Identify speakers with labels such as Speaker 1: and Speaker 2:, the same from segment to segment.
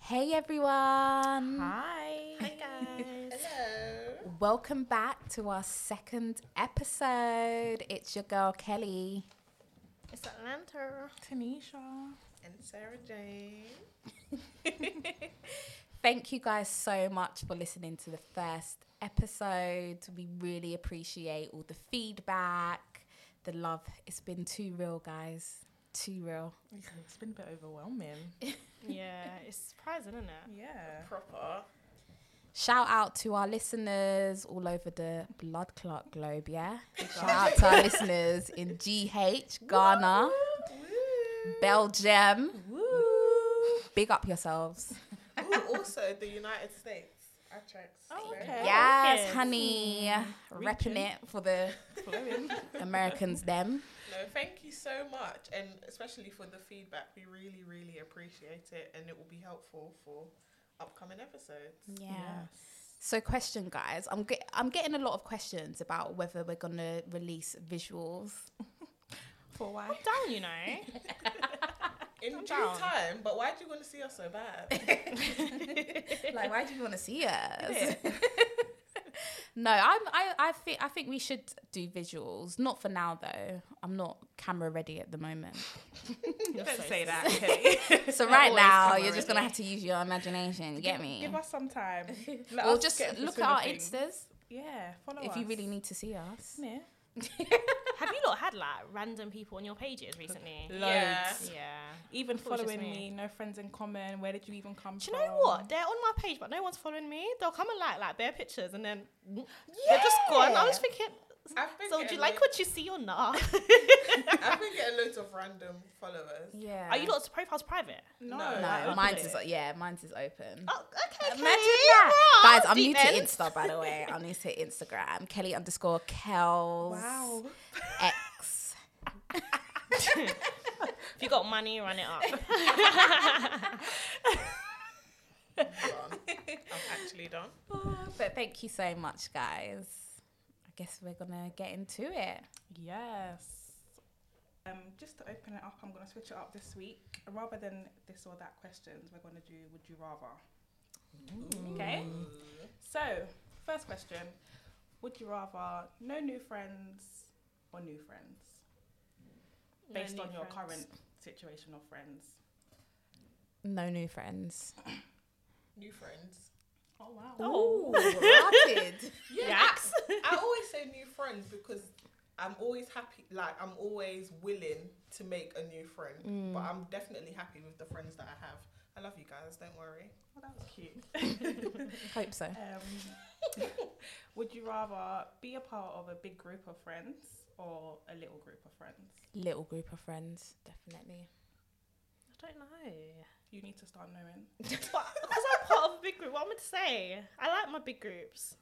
Speaker 1: Hey everyone!
Speaker 2: Hi. Hi guys.
Speaker 1: Welcome back to our second episode. It's your girl Kelly.
Speaker 3: It's Atlanta
Speaker 2: Tanisha.
Speaker 3: and Sarah Jane.
Speaker 1: Thank you guys so much for listening to the first episode. We really appreciate all the feedback, the love. It's been too real, guys. Too real.
Speaker 2: It's been a bit overwhelming.
Speaker 4: Yeah, it's surprising, isn't it?
Speaker 2: Yeah.
Speaker 3: Proper.
Speaker 1: Shout out to our listeners all over the blood clot globe, yeah? Shout out to our listeners in GH, Ghana, Belgium. Big up yourselves.
Speaker 3: Ooh, also the United States. I checked.
Speaker 4: Oh,
Speaker 3: Very
Speaker 4: okay.
Speaker 3: good.
Speaker 1: Yes,
Speaker 4: yes.
Speaker 1: honey. Repping
Speaker 4: Reaching.
Speaker 1: it for the Americans, them.
Speaker 3: No, thank you so much, and especially for the feedback. We really, really appreciate it, and it will be helpful for upcoming episodes.
Speaker 1: Yeah. So, question, guys. I'm get, I'm getting a lot of questions about whether we're gonna release visuals.
Speaker 2: For why?
Speaker 4: I'm down, you know.
Speaker 3: In
Speaker 4: I'm
Speaker 3: due
Speaker 4: down.
Speaker 3: time, but why do you want to see us so bad?
Speaker 1: like, why do you want to see us? no, I'm, I I think I think we should do visuals. Not for now, though. I'm not camera ready at the moment.
Speaker 2: Don't say that, Kelly.
Speaker 1: So right
Speaker 2: always
Speaker 1: now,
Speaker 2: camera
Speaker 1: you're just gonna
Speaker 2: ready.
Speaker 1: have to use your imagination. You get me?
Speaker 2: Give us some time. Let
Speaker 1: Or
Speaker 2: us
Speaker 1: just
Speaker 2: get into
Speaker 1: look at
Speaker 2: swing
Speaker 1: our
Speaker 2: of things.
Speaker 1: instas
Speaker 2: Yeah, follow
Speaker 1: if you
Speaker 2: us.
Speaker 1: really need to see us.
Speaker 2: Yeah.
Speaker 4: Have you lot had like random people on your pages recently?
Speaker 2: Loads.
Speaker 3: Yeah.
Speaker 4: Yeah.
Speaker 2: Even
Speaker 4: Thought it was just
Speaker 2: following
Speaker 4: me.
Speaker 2: me. no friends in common. Where did you even come
Speaker 4: Do
Speaker 2: from?
Speaker 4: you know what? They're on my page, but no one's following me. They'll come and like like bare pictures, and then they're just gone. I was thinking.
Speaker 3: I've been
Speaker 4: So do
Speaker 3: getting
Speaker 4: you like
Speaker 3: lo-
Speaker 4: what you see or not?
Speaker 3: I've been getting loads of random followers.
Speaker 1: Yeah.
Speaker 4: Are you lot's profiles private?
Speaker 2: No.
Speaker 3: No.
Speaker 1: No,
Speaker 4: open
Speaker 1: mine's
Speaker 4: it.
Speaker 1: is yeah, mine's is open.
Speaker 4: Oh, okay.
Speaker 1: Imagine
Speaker 4: okay.
Speaker 1: that,
Speaker 4: Wow,
Speaker 1: guys. I'm new
Speaker 4: deep
Speaker 1: to
Speaker 4: end.
Speaker 1: Insta, by the way. I'm new to Instagram. Kelly underscore Kels
Speaker 2: Wow.
Speaker 1: X.
Speaker 4: If you got money, run it up.
Speaker 3: Hold on. I'm actually done.
Speaker 1: But thank you so much, guys. I guess we're gonna get into it.
Speaker 2: Yes. Um, just to open it up, I'm going to switch it up this week. Rather than this or that questions, we're going to do would you rather. Okay. So, first question Would you rather no new friends or new friends? Based on your current situation of friends.
Speaker 1: No new friends.
Speaker 3: New friends.
Speaker 2: Oh, wow.
Speaker 4: Oh.
Speaker 1: rotted.
Speaker 4: Yaks.
Speaker 3: I always say new friends because I'm always happy, like, I'm always willing to make a new friend, but I'm definitely happy with the friends that I have. I love you guys, don't worry.
Speaker 2: Well, Oh, that was cute.
Speaker 1: Hope so.
Speaker 2: Um, would you rather be a part of a big group of friends or a little group of friends?
Speaker 1: Little group of friends, definitely.
Speaker 4: I don't know.
Speaker 2: You need to start knowing.
Speaker 4: But because I'm part of a big group, what am I to say? I like my big groups.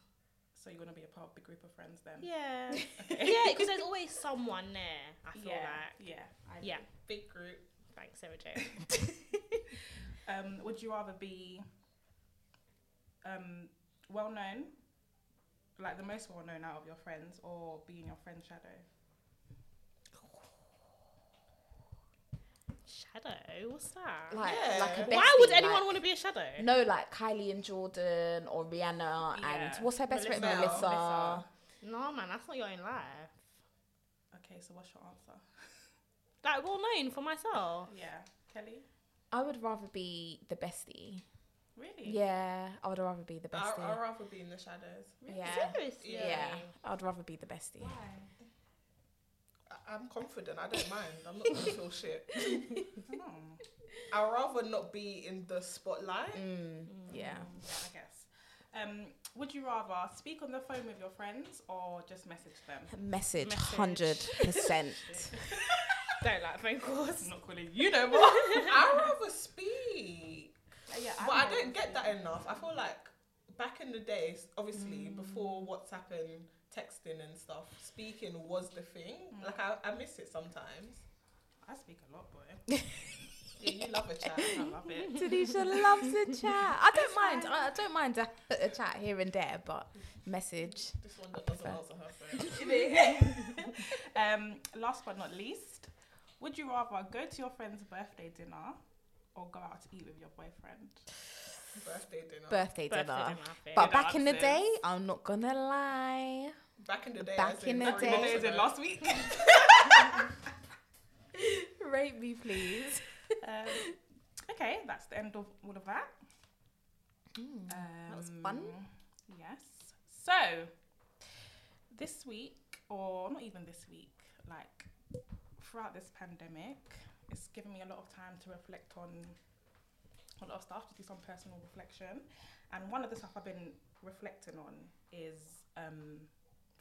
Speaker 2: So you want to be a part of a big group of friends then?
Speaker 4: Yeah. yeah, because there's always someone there, I feel
Speaker 2: yeah,
Speaker 4: like.
Speaker 2: yeah, I
Speaker 4: Yeah.
Speaker 3: Big group.
Speaker 4: Thanks, Sarah Jo.
Speaker 2: do. Um, would you rather be um, well known, like the most well known out of your friends, or be in your friend's shadow?
Speaker 4: shadow? What's that?
Speaker 1: Like,
Speaker 3: Yeah.
Speaker 1: like a bestie,
Speaker 4: Why would anyone
Speaker 1: like-
Speaker 4: want to be a shadow?
Speaker 1: No, like Kylie and Jordan or Rihanna
Speaker 2: Yeah.
Speaker 1: and what's her best friend?
Speaker 3: Melissa.
Speaker 1: Melissa.
Speaker 2: Melissa.
Speaker 4: No, man, that's not your own life.
Speaker 2: Okay, so what's your answer?
Speaker 4: Like, well known for myself.
Speaker 2: Yeah, Kelly.
Speaker 1: I would rather be the bestie.
Speaker 2: Really?
Speaker 1: Yeah, I would rather be the
Speaker 3: I,
Speaker 1: bestie.
Speaker 3: I'd rather be in the shadows.
Speaker 1: Yeah.
Speaker 4: Seriously.
Speaker 1: Yeah, I'd rather be the bestie.
Speaker 2: Why?
Speaker 3: I- I'm confident, I don't mind. I'm not gonna feel shit.
Speaker 2: Hmm.
Speaker 3: I'd rather not be in the spotlight.
Speaker 1: Mm, yeah.
Speaker 2: Yeah, I guess. Um, would you rather speak on the phone with your friends or just message them?
Speaker 1: Message
Speaker 4: Message.
Speaker 1: hundred percent.
Speaker 4: Don't like phone calls.
Speaker 2: I'm not calling you no more. Uh,
Speaker 1: Mm-hmm.
Speaker 3: I'd rather speak.
Speaker 2: yeah,
Speaker 3: But I
Speaker 2: know.
Speaker 3: don't get that enough. I feel like back in the days, obviously
Speaker 1: Mm.
Speaker 3: before WhatsApp and texting and stuff, speaking was the thing.
Speaker 1: Mm.
Speaker 3: Like I, I miss it sometimes.
Speaker 2: I speak a lot, boy.
Speaker 3: Yeah, you love a chat.
Speaker 2: I love it.
Speaker 1: Tanisha loves a chat. I don't mind. I, I don't mind a, a chat here and there, but message.
Speaker 3: This one that doesn't answer her phone.
Speaker 2: Um, last but not least, would you rather go to your friend's birthday dinner or go out to eat with your boyfriend?
Speaker 3: Birthday dinner.
Speaker 1: birthday dinner.
Speaker 4: Birthday dinner, I think.
Speaker 1: But
Speaker 2: Dinner
Speaker 1: back in the
Speaker 2: upstairs.
Speaker 1: day, I'm not gonna lie.
Speaker 3: back in the day.
Speaker 1: Back
Speaker 3: as
Speaker 1: in the
Speaker 3: three
Speaker 1: day.
Speaker 2: What
Speaker 3: months
Speaker 2: day is it?
Speaker 3: ago.
Speaker 2: Last week.
Speaker 1: Rate me, please.
Speaker 2: um, okay, that's the end of all of that. Mm.
Speaker 1: that was fun.
Speaker 2: Um, Yes. So this week, or not even this week, like throughout this pandemic, it's given me a lot of time to reflect on a lot of stuff, to do some personal reflection. And one of the stuff I've been reflecting on is um,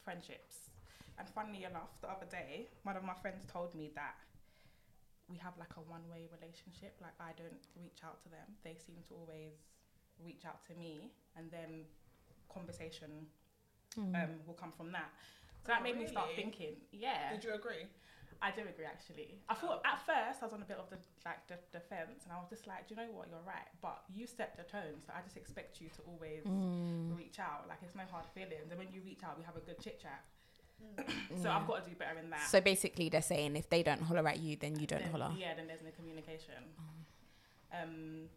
Speaker 2: friendships. And funnily enough, the other day, one of my friends told me that we have like a one way relationship. Like, I don't reach out to them, they seem to always reach out to me, and then conversation
Speaker 1: Mm.
Speaker 2: um, will come from that. So that
Speaker 3: Oh,
Speaker 2: made me start
Speaker 3: really?
Speaker 2: thinking, yeah.
Speaker 3: Did you Oh. agree?
Speaker 2: I do agree, actually. I thought at first I was on a bit of the like the defense, and I was just like, do you know what, you're right, but you set the tone, so I just expect you to always
Speaker 1: Mm.
Speaker 2: reach out. Like it's no hard feelings, and when you reach out, we have a good chit chat. so I've got to do better in that.
Speaker 1: Mm. So basically, they're saying if they don't holler at you, then you don't Oh.
Speaker 2: then,
Speaker 1: holler.
Speaker 2: Yeah, then there's no communication. Um,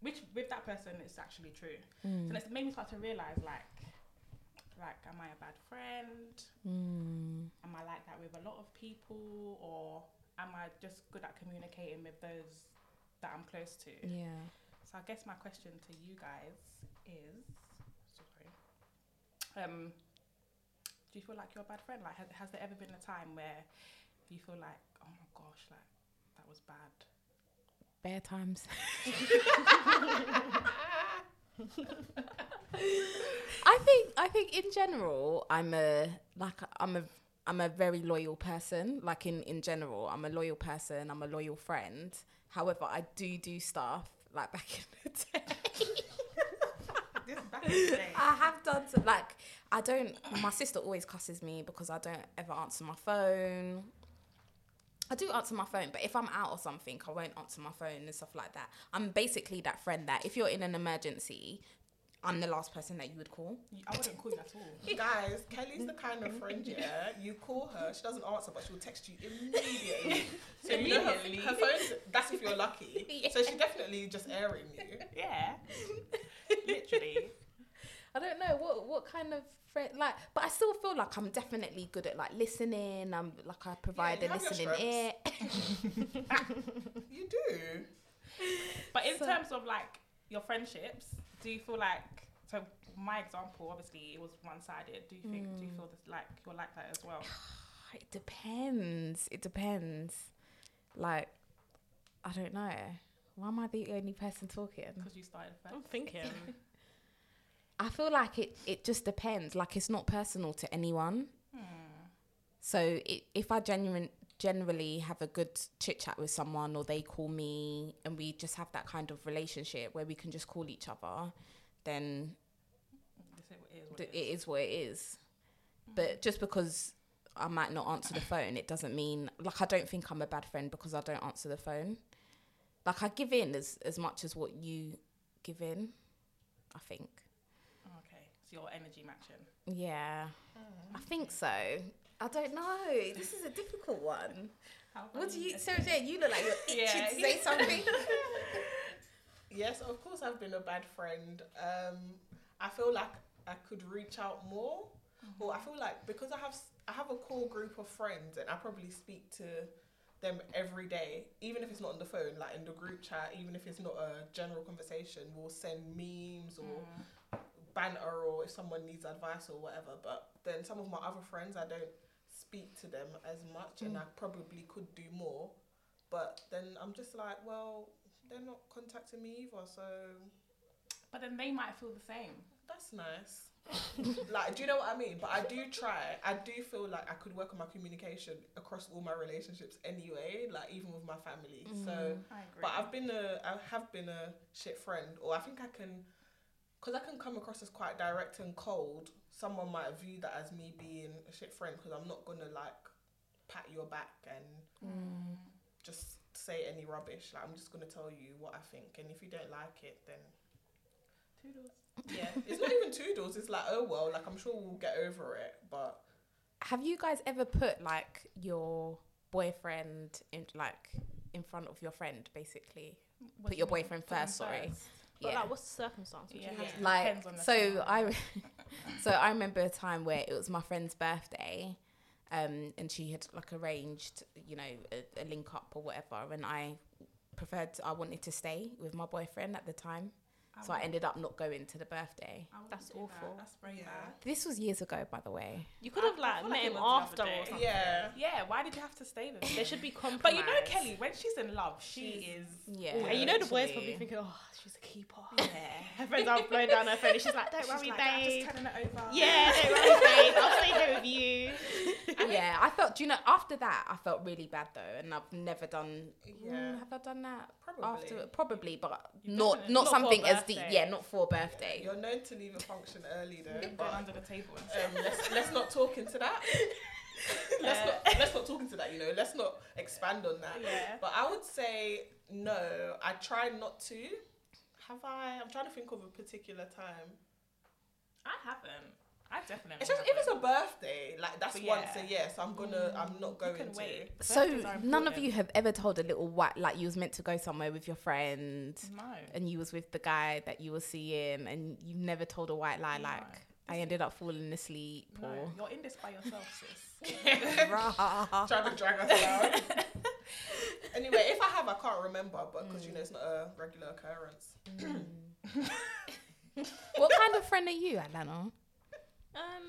Speaker 2: which with that person, it's actually true.
Speaker 1: Mm.
Speaker 2: So it's made me start to realize, like, like, am I a bad friend?
Speaker 1: Mm.
Speaker 2: Am I like that with a lot of people, or am I just good at communicating with those that I'm close to?
Speaker 1: Yeah.
Speaker 2: So I guess my question to you guys is, sorry, um, do you feel like you're a bad friend? Like, has, has there ever been a time where you feel like, oh my gosh, like that was bad?
Speaker 1: Bare times. I think I think in general I'm a like I'm a I'm a very loyal person. Like in in general, I'm a loyal person. I'm a loyal friend. However, I do do stuff like back in the day.
Speaker 2: This back in the day.
Speaker 1: I have done some, like I don't. My sister always cusses me because I don't ever answer my phone. I do answer my phone, but if I'm out or something, I won't answer my phone and stuff like that. I'm basically that friend that if you're in an emergency, I'm the last person that you would call.
Speaker 2: I wouldn't call you at all.
Speaker 3: Guys, Kelly's the kind of friend, yeah. You call her, she doesn't answer, but she'll text you immediately. So you know her,
Speaker 2: Immediately.
Speaker 3: her phone's, that's if you're lucky. So she definitely just airing you.
Speaker 2: Yeah, literally.
Speaker 1: I don't know what what kind of friend like, but I still feel like I'm definitely good at like listening. I'm like I provide
Speaker 3: you
Speaker 1: a
Speaker 3: have your
Speaker 1: listening
Speaker 3: strengths.
Speaker 1: ear.
Speaker 3: You do.
Speaker 2: But in
Speaker 1: So-
Speaker 2: terms of like your friendships, do you feel like so? My example, obviously, it was one-sided. Do you think? Do you feel this, like you're like that as well?
Speaker 1: It depends. It depends. Like I don't know. Why am I the only person talking?
Speaker 2: Because you started first.
Speaker 4: I'm thinking.
Speaker 1: I feel like it, it just depends. Like it's not personal to anyone.
Speaker 2: Hmm.
Speaker 1: So i if I genuine, generally have a good chit chat with someone or they call me and we just have that kind of relationship where we can just call each other, then
Speaker 2: This is what it is. What
Speaker 1: th-
Speaker 2: it
Speaker 1: it
Speaker 2: is. Hmm.
Speaker 1: is what it is. But just because I might not answer the phone, it doesn't mean like I don't think I'm a bad friend because I don't answer the phone. Like I give in as, as much as what you give in, I think.
Speaker 2: Okay, so your energy matching.
Speaker 1: Yeah,
Speaker 2: Mm.
Speaker 1: I think so. I don't know. This is a difficult one.
Speaker 2: How
Speaker 1: What do you, Sarah Jane? You look like you're itching to
Speaker 2: Mm. Yeah.
Speaker 1: say something.
Speaker 3: Yes, of course I've been a bad friend. Um, I feel like I could reach out more, or I feel like because I have s- I have a core group of friends and I probably speak to them every day, even if it's not on the phone, like in the group chat, even if it's not a general conversation, we'll send memes or banter or if someone needs advice or whatever. But then some of my other friends, I don't speak to them as much, and I probably could do more. But then I'm just like, well, they're not contacting me either, so
Speaker 2: But then they might feel the same.
Speaker 3: that's nice. like, do you know what I mean? But I do try. I do feel like I could work on my communication across all my relationships anyway, like even with my family. So,
Speaker 2: I agree.
Speaker 3: but I've been a, I have been a shit friend, or I think I can, because I can come across as quite direct and cold. Someone might view that as me being a shit friend because I'm not gonna like pat your back and
Speaker 1: Mm.
Speaker 3: just say any rubbish. Like I'm just gonna tell you what I think, and if you don't like it, then
Speaker 2: Toodles.
Speaker 3: yeah, it's not even toodles. It's like oh well, like I'm sure we'll get over it, but
Speaker 1: Have you guys ever put like your boyfriend in like in front of your friend, basically?
Speaker 2: What do
Speaker 1: your
Speaker 2: you mean?
Speaker 1: boyfriend
Speaker 2: Put them
Speaker 1: first, sorry.
Speaker 2: first.
Speaker 4: But
Speaker 1: Yeah.
Speaker 4: like, what's the circumstance? Would you
Speaker 2: Yeah.
Speaker 4: have-
Speaker 1: like
Speaker 2: Depends on the
Speaker 1: so
Speaker 2: time.
Speaker 1: I re- so I remember a time where it was my friend's birthday um and she had like arranged you know a, a link up or whatever and I preferred I wanted to stay with my boyfriend at the time so I ended up not going to the birthday
Speaker 2: wouldn't
Speaker 4: That's
Speaker 2: do that.
Speaker 4: awful.
Speaker 2: That's very
Speaker 3: Yeah.
Speaker 2: bad.
Speaker 1: this was years ago by the way
Speaker 4: You could have
Speaker 2: I
Speaker 4: like met
Speaker 2: feel like it
Speaker 4: him
Speaker 2: was
Speaker 4: after
Speaker 2: the other
Speaker 4: or
Speaker 2: day.
Speaker 4: something.
Speaker 3: Yeah.
Speaker 2: Yeah, why did you have to stay with him?
Speaker 4: There should be compromise.
Speaker 2: But you know Kelly, when she's in love, she
Speaker 3: She's-
Speaker 2: is.
Speaker 1: yeah
Speaker 4: And you know the boys
Speaker 1: literally.
Speaker 4: probably thinking, oh, she's a keeper.
Speaker 2: Yeah.
Speaker 4: Her friends are blowing down her phone. and She's like, don't
Speaker 2: She's
Speaker 4: worry,
Speaker 2: like, I'm
Speaker 4: babe.
Speaker 2: just turning it over.
Speaker 4: Yeah, don't worry, babe. I'll stay here with you.
Speaker 1: yeah I felt do you know after that I felt really bad though and I've never done
Speaker 3: Yeah.
Speaker 1: Mm, have I done that
Speaker 3: Probably.
Speaker 1: after probably but
Speaker 2: You've
Speaker 1: not
Speaker 2: definitely-
Speaker 1: not
Speaker 4: not for
Speaker 1: something as deep
Speaker 4: birthday.
Speaker 1: yeah not for a birthday
Speaker 3: You're known to leave a function early though.
Speaker 2: Going
Speaker 3: but,
Speaker 2: under the table. and
Speaker 3: um, let's let's not talk into that. let's
Speaker 2: Yeah.
Speaker 3: not let's not talk into that. You know, let's not expand on that.
Speaker 2: stuff. Uh. Yeah.
Speaker 3: But I would say no. I try not to. Have I? I'm trying to think of a particular time.
Speaker 2: I haven't. I definitely.
Speaker 3: It's just if it's a birthday, like that's
Speaker 2: But
Speaker 3: once
Speaker 2: yeah. Mm.
Speaker 3: a year, so I'm gonna, I'm not going
Speaker 2: you can
Speaker 3: to.
Speaker 2: wait.
Speaker 1: So
Speaker 2: Birthdays are
Speaker 1: none of
Speaker 2: important.
Speaker 1: you have ever told a little white like you was meant to go somewhere with your friend
Speaker 2: No.
Speaker 1: and you was with the guy that you were seeing and you never told a white lie
Speaker 2: No.
Speaker 1: like I ended up falling asleep
Speaker 2: No. You're in this by yourself, sis.
Speaker 1: or
Speaker 3: Trying to drag us down. anyway, if I have, I can't remember, but because
Speaker 2: Mm.
Speaker 3: you know it's not a regular occurrence.
Speaker 1: What kind of friend are you, Alana?
Speaker 4: Um,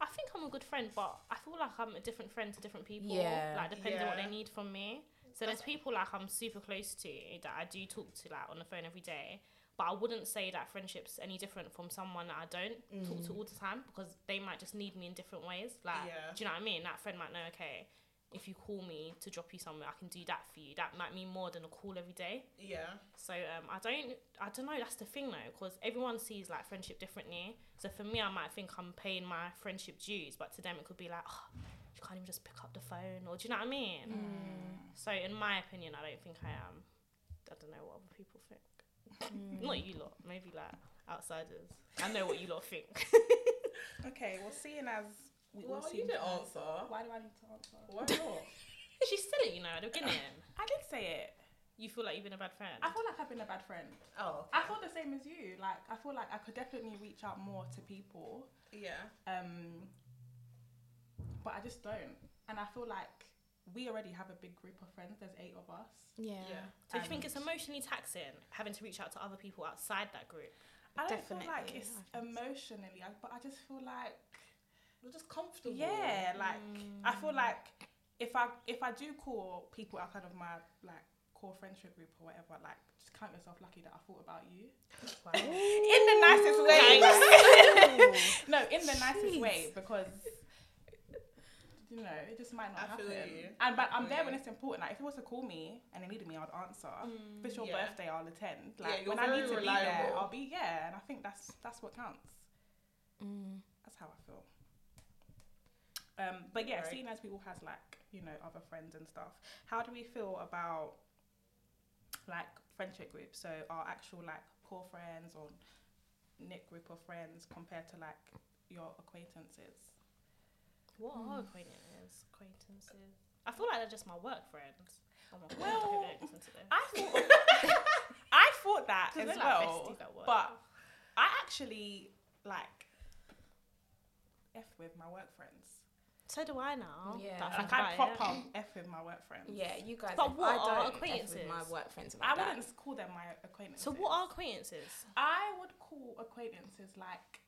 Speaker 4: I think I'm a good friend, but I feel like I'm a different friend to different people.
Speaker 1: Yeah.
Speaker 4: Like depending on what
Speaker 3: Yeah.
Speaker 4: they need from me. So there's people like I'm super close to that I do talk to like on the phone every day. But I wouldn't say that friendship's any different from someone that I don't talk to all the time because they might just need me in different ways. Like,
Speaker 3: Yeah.
Speaker 4: do you know what I mean? That friend might know, okay, if you call me to drop you somewhere, I can do that for you. That might mean more than a call every day.
Speaker 3: Yeah.
Speaker 4: So um, I don't, I don't know. That's the thing though, because everyone sees like friendship differently. So for me, I might think I'm paying my friendship dues, but to them it could be like, oh, you can't even just pick up the phone, or do you know what I mean?
Speaker 1: Mm,
Speaker 4: So in my opinion, I don't think I am. I don't know what other people think.
Speaker 2: Mm.
Speaker 1: mm,
Speaker 4: Not you lot, maybe like outsiders. I know what you lot think.
Speaker 2: Okay. Well, seeing as we
Speaker 3: Well,
Speaker 2: all
Speaker 3: you
Speaker 2: seem
Speaker 3: didn't answer.
Speaker 2: Why do I need to answer?
Speaker 3: Why not?
Speaker 4: she said it, you know, at the beginning.
Speaker 2: I did say it.
Speaker 4: You feel like you've been a bad friend.
Speaker 2: I feel like I've been a bad friend.
Speaker 3: oh.
Speaker 2: I feel the same as you. Like I feel like I could definitely reach out more to people,
Speaker 3: Yeah.
Speaker 2: um, but I just don't. And I feel like we already have a big group of friends. There's eight of us.
Speaker 1: Yeah.
Speaker 3: Yeah.
Speaker 4: so do you think
Speaker 2: and-
Speaker 4: it's emotionally taxing having to reach out to other people outside that group?
Speaker 2: I don't feel like
Speaker 1: Definitely,
Speaker 2: it's
Speaker 1: I think so.
Speaker 2: emotionally, I- but I just feel like
Speaker 3: You're just comfortable.
Speaker 1: Mm,
Speaker 2: yeah, like I feel like if I if I do call people outside of my like core friendship group or whatever, like just count yourself lucky that I thought about you. in the nicest way. no, in the nicest way because you know it just might not
Speaker 3: I
Speaker 2: happen.
Speaker 3: feel you.
Speaker 2: And but
Speaker 3: I
Speaker 2: I'm
Speaker 3: feel
Speaker 2: there
Speaker 3: you.
Speaker 2: when it's important. Like if it was to call me and they needed me, I'd answer.
Speaker 4: Mm.
Speaker 2: If it's your
Speaker 3: Yeah.
Speaker 2: birthday, I'll attend.
Speaker 3: Yeah,
Speaker 2: Like
Speaker 3: you're
Speaker 2: when I need
Speaker 3: very
Speaker 2: to be there,
Speaker 3: reliable.
Speaker 2: I'll be there. And I think that's that's what counts.
Speaker 1: Mm.
Speaker 2: That's how I feel. Um, but yeah,
Speaker 3: Right.
Speaker 2: seeing as we all has like you know other friends and stuff, how do we feel about like friendship groups? So our actual like core friends or knit group of friends compared to like your acquaintances.
Speaker 4: What are
Speaker 1: Hmm.
Speaker 4: acquaintances? Acquaintances. I feel like they're just my work friends. Oh my god,
Speaker 2: Well,
Speaker 4: I hope they don't listen to this.
Speaker 2: I thought I thought that
Speaker 4: 'Cause
Speaker 2: as
Speaker 4: they're like
Speaker 2: well,
Speaker 4: besties at work.
Speaker 2: but I actually like f with my work friends.
Speaker 4: so do I now.
Speaker 1: Yeah.
Speaker 4: that
Speaker 2: Like
Speaker 4: think
Speaker 2: I
Speaker 4: about it.
Speaker 2: proper f with my work friends.
Speaker 1: Yeah, you guys.
Speaker 4: But what
Speaker 1: I don't
Speaker 4: are
Speaker 1: F With
Speaker 4: acquaintances?
Speaker 1: my work friends like
Speaker 2: I
Speaker 1: that.
Speaker 2: wouldn't call them my acquaintances.
Speaker 4: So what are acquaintances?
Speaker 2: I would call acquaintances like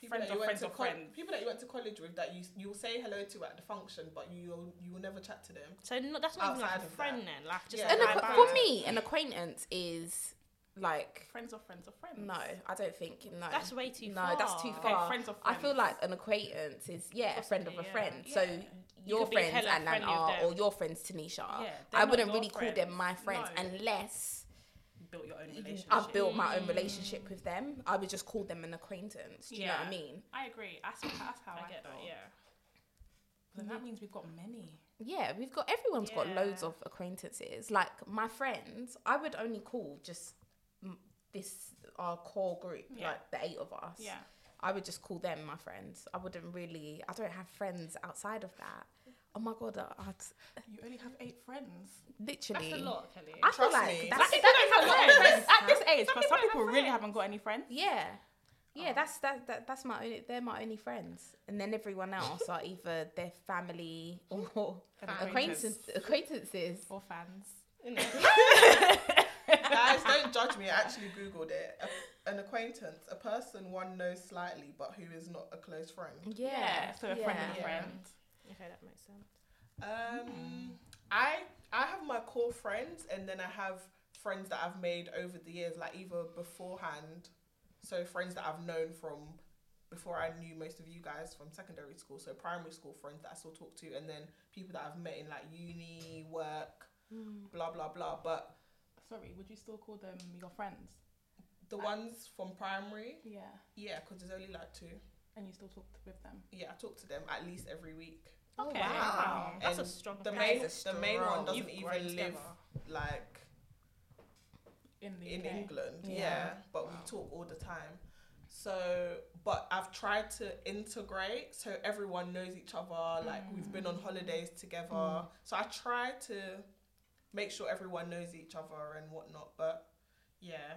Speaker 3: People
Speaker 2: friends
Speaker 3: that you
Speaker 2: of
Speaker 3: went
Speaker 2: friends
Speaker 3: to
Speaker 2: of
Speaker 3: col-
Speaker 2: friends.
Speaker 3: people that you went to college with that you you'll say hello to at the function, but you'll you will never chat to them.
Speaker 4: So no, that's not even like
Speaker 3: Outside
Speaker 4: a
Speaker 3: of
Speaker 4: friend
Speaker 3: that.
Speaker 4: then, like just
Speaker 3: Yeah.
Speaker 4: like
Speaker 1: An
Speaker 4: my
Speaker 1: acqu-
Speaker 4: bad.
Speaker 1: for me, an acquaintance is like
Speaker 2: friends of friends of friends.
Speaker 1: no, I don't think no.
Speaker 4: That's way too
Speaker 1: no,
Speaker 4: far.
Speaker 1: that's too
Speaker 2: Okay,
Speaker 1: far.
Speaker 2: friends of
Speaker 1: I feel
Speaker 2: friends.
Speaker 1: like an acquaintance is yeah, a friend of a
Speaker 4: Possibly, yeah.
Speaker 1: friend. So
Speaker 2: Yeah.
Speaker 1: your
Speaker 4: could be
Speaker 1: friends
Speaker 4: hella
Speaker 1: Alan
Speaker 4: friendly with
Speaker 1: are,
Speaker 4: them.
Speaker 1: or your friends Tanisha are.
Speaker 2: Yeah, they're
Speaker 1: uh, I
Speaker 2: not
Speaker 1: wouldn't
Speaker 2: your
Speaker 1: really call them my friends
Speaker 2: No.
Speaker 1: unless
Speaker 2: You built your own relationship.
Speaker 1: I built my own relationship with them. I would just call them an acquaintance. Do you know what I
Speaker 2: Yeah.
Speaker 1: mean?
Speaker 2: I agree. That's, that's how
Speaker 4: I
Speaker 2: I,
Speaker 4: get that,
Speaker 2: feel.
Speaker 4: yeah.
Speaker 2: Then that means we've got many.
Speaker 1: Yeah, we've got everyone's got
Speaker 4: Yeah.
Speaker 1: loads of acquaintances. Like my friends, I would only call just mm, this our core group,
Speaker 2: Yeah.
Speaker 1: like the eight of us.
Speaker 2: Yeah.
Speaker 1: I would just call them my friends. I wouldn't really. I don't have friends outside of that. Oh my god, I, I'd-
Speaker 2: You only have eight friends.
Speaker 1: literally.
Speaker 4: That's a lot, Kelly.
Speaker 1: I feel
Speaker 3: Trust
Speaker 1: like
Speaker 3: me.
Speaker 1: that's
Speaker 2: If you don't have
Speaker 4: lot.
Speaker 2: eight friends at this age,
Speaker 4: Some
Speaker 2: because
Speaker 4: people
Speaker 2: some people
Speaker 4: have
Speaker 2: really
Speaker 4: friends.
Speaker 2: haven't got any friends.
Speaker 1: yeah, yeah.
Speaker 2: Oh.
Speaker 1: That's that, that. That's my only. They're my only friends, and then everyone else are either their family or
Speaker 2: and
Speaker 4: Fans.
Speaker 1: acquaintance acquaintances.
Speaker 2: Or fans.
Speaker 4: You know.
Speaker 3: Guys, don't judge me. I actually googled it. A, an acquaintance, a person one knows slightly but who is not a close friend.
Speaker 1: Yeah.
Speaker 2: So a friend of a
Speaker 3: Yeah.
Speaker 2: friend.
Speaker 4: Okay, that makes sense.
Speaker 3: Um, I I have my core friends and then I have friends that I've made over the years, like either beforehand, so friends that I've known from before I knew most of you guys from secondary school, so primary school friends that I still talk to, and then people that I've met in like uni, work, blah blah blah. But
Speaker 2: Sorry, would you still call them your friends?
Speaker 3: the ones from primary,
Speaker 2: Yeah.
Speaker 3: yeah, because there's only like two.
Speaker 2: And you still talk with them?
Speaker 3: Yeah, I talk to them at least every week.
Speaker 1: Oh,
Speaker 4: Okay.
Speaker 1: wow.
Speaker 4: That's
Speaker 3: And
Speaker 4: a strong.
Speaker 3: The
Speaker 1: That
Speaker 3: main,
Speaker 1: is
Speaker 3: the main one
Speaker 1: strong.
Speaker 3: doesn't
Speaker 4: You've grown
Speaker 3: even live
Speaker 4: together.
Speaker 3: like
Speaker 2: In the
Speaker 3: in
Speaker 2: UK?
Speaker 3: England.
Speaker 1: Yeah.
Speaker 3: Yeah, but we talk all the time. So, but I've tried to integrate so everyone knows each other. Like we've been on holidays together. So I try to make sure everyone knows each other and whatnot. But yeah,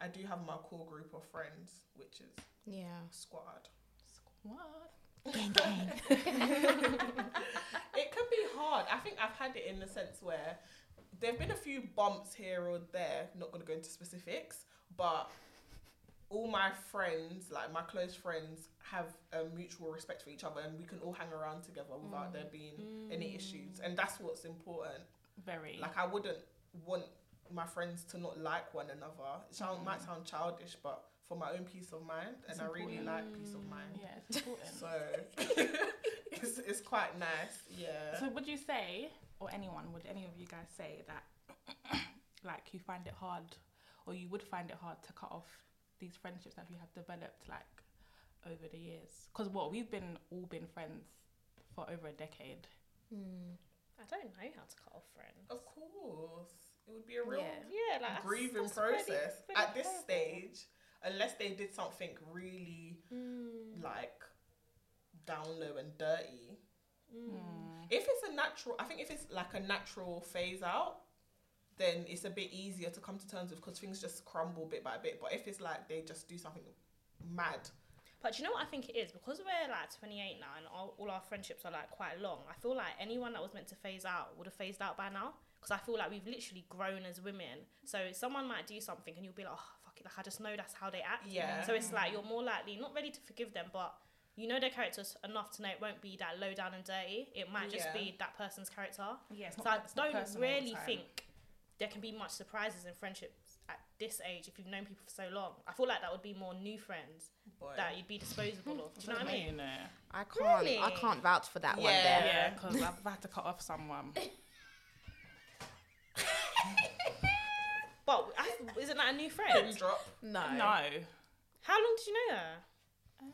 Speaker 3: I do have my core group of friends, which is
Speaker 1: Yeah.
Speaker 3: squad.
Speaker 2: Squad.
Speaker 3: it can be hard. I think I've had it in the sense where there have been a few bumps here or there, not going to go into specifics, but all my friends, like my close friends, have a mutual respect for each other and we can all hang around together without there being any issues. And that's what's important.
Speaker 2: Very.
Speaker 3: Like, I wouldn't want my friends to not like one another. It sound, might sound childish, but for my own peace of mind, and
Speaker 2: It's
Speaker 3: I really
Speaker 2: important.
Speaker 3: like peace of mind.
Speaker 2: yeah, it's important.
Speaker 3: So uh, it's, it's quite nice, yeah.
Speaker 2: So would you say, or anyone, would any of you guys say that, like, you find it hard, or you would find it hard to cut off these friendships that you have developed, like, over the years? Because what we've been all been friends for over a decade.
Speaker 1: Mm.
Speaker 4: I don't know how to cut off friends.
Speaker 3: Of course, it would be a real
Speaker 1: Yeah.
Speaker 4: Yeah, like that's-
Speaker 3: grieving
Speaker 4: that's
Speaker 3: process
Speaker 4: pretty- pretty
Speaker 3: at this
Speaker 4: horrible.
Speaker 3: stage, unless they did something really
Speaker 4: Mm,
Speaker 3: like down low and dirty.
Speaker 4: mm.
Speaker 3: If it's a natural, I think if it's like a natural phase out, then it's a bit easier to come to terms with because things just crumble bit by bit. But if it's like they just do something mad,
Speaker 4: But you know what I think it is because we're like 28 now and all, all our friendships are like quite long. I feel like anyone that was meant to phase out would have phased out by now because I feel like we've literally grown as women. So someone might do something and you'll be like, oh fuck it, like I just know that's how they act.
Speaker 3: yeah,
Speaker 4: So it's like you're more likely not ready to forgive them, but you know their characters enough to know it won't be that low down and dirty. It might just
Speaker 3: Yeah.
Speaker 4: be that person's character.
Speaker 2: Yeah, it's
Speaker 4: So
Speaker 2: not,
Speaker 4: I
Speaker 2: it's not
Speaker 4: don't
Speaker 2: personal all the
Speaker 4: really
Speaker 2: time.
Speaker 4: think there can be much surprises in friendships at this age if you've known people for so long. I feel like that would be more new friends
Speaker 3: boy.
Speaker 4: that you'd be disposable of. Do you know what I mean?
Speaker 1: I can't. I
Speaker 4: Really?
Speaker 1: can't vouch for that one.
Speaker 3: Yeah.
Speaker 1: There.
Speaker 2: Yeah, because I've had to cut off someone.
Speaker 4: But I, isn't that a new
Speaker 3: Pin
Speaker 4: friend?
Speaker 3: drop.
Speaker 1: No.
Speaker 2: No.
Speaker 4: How long did you know her?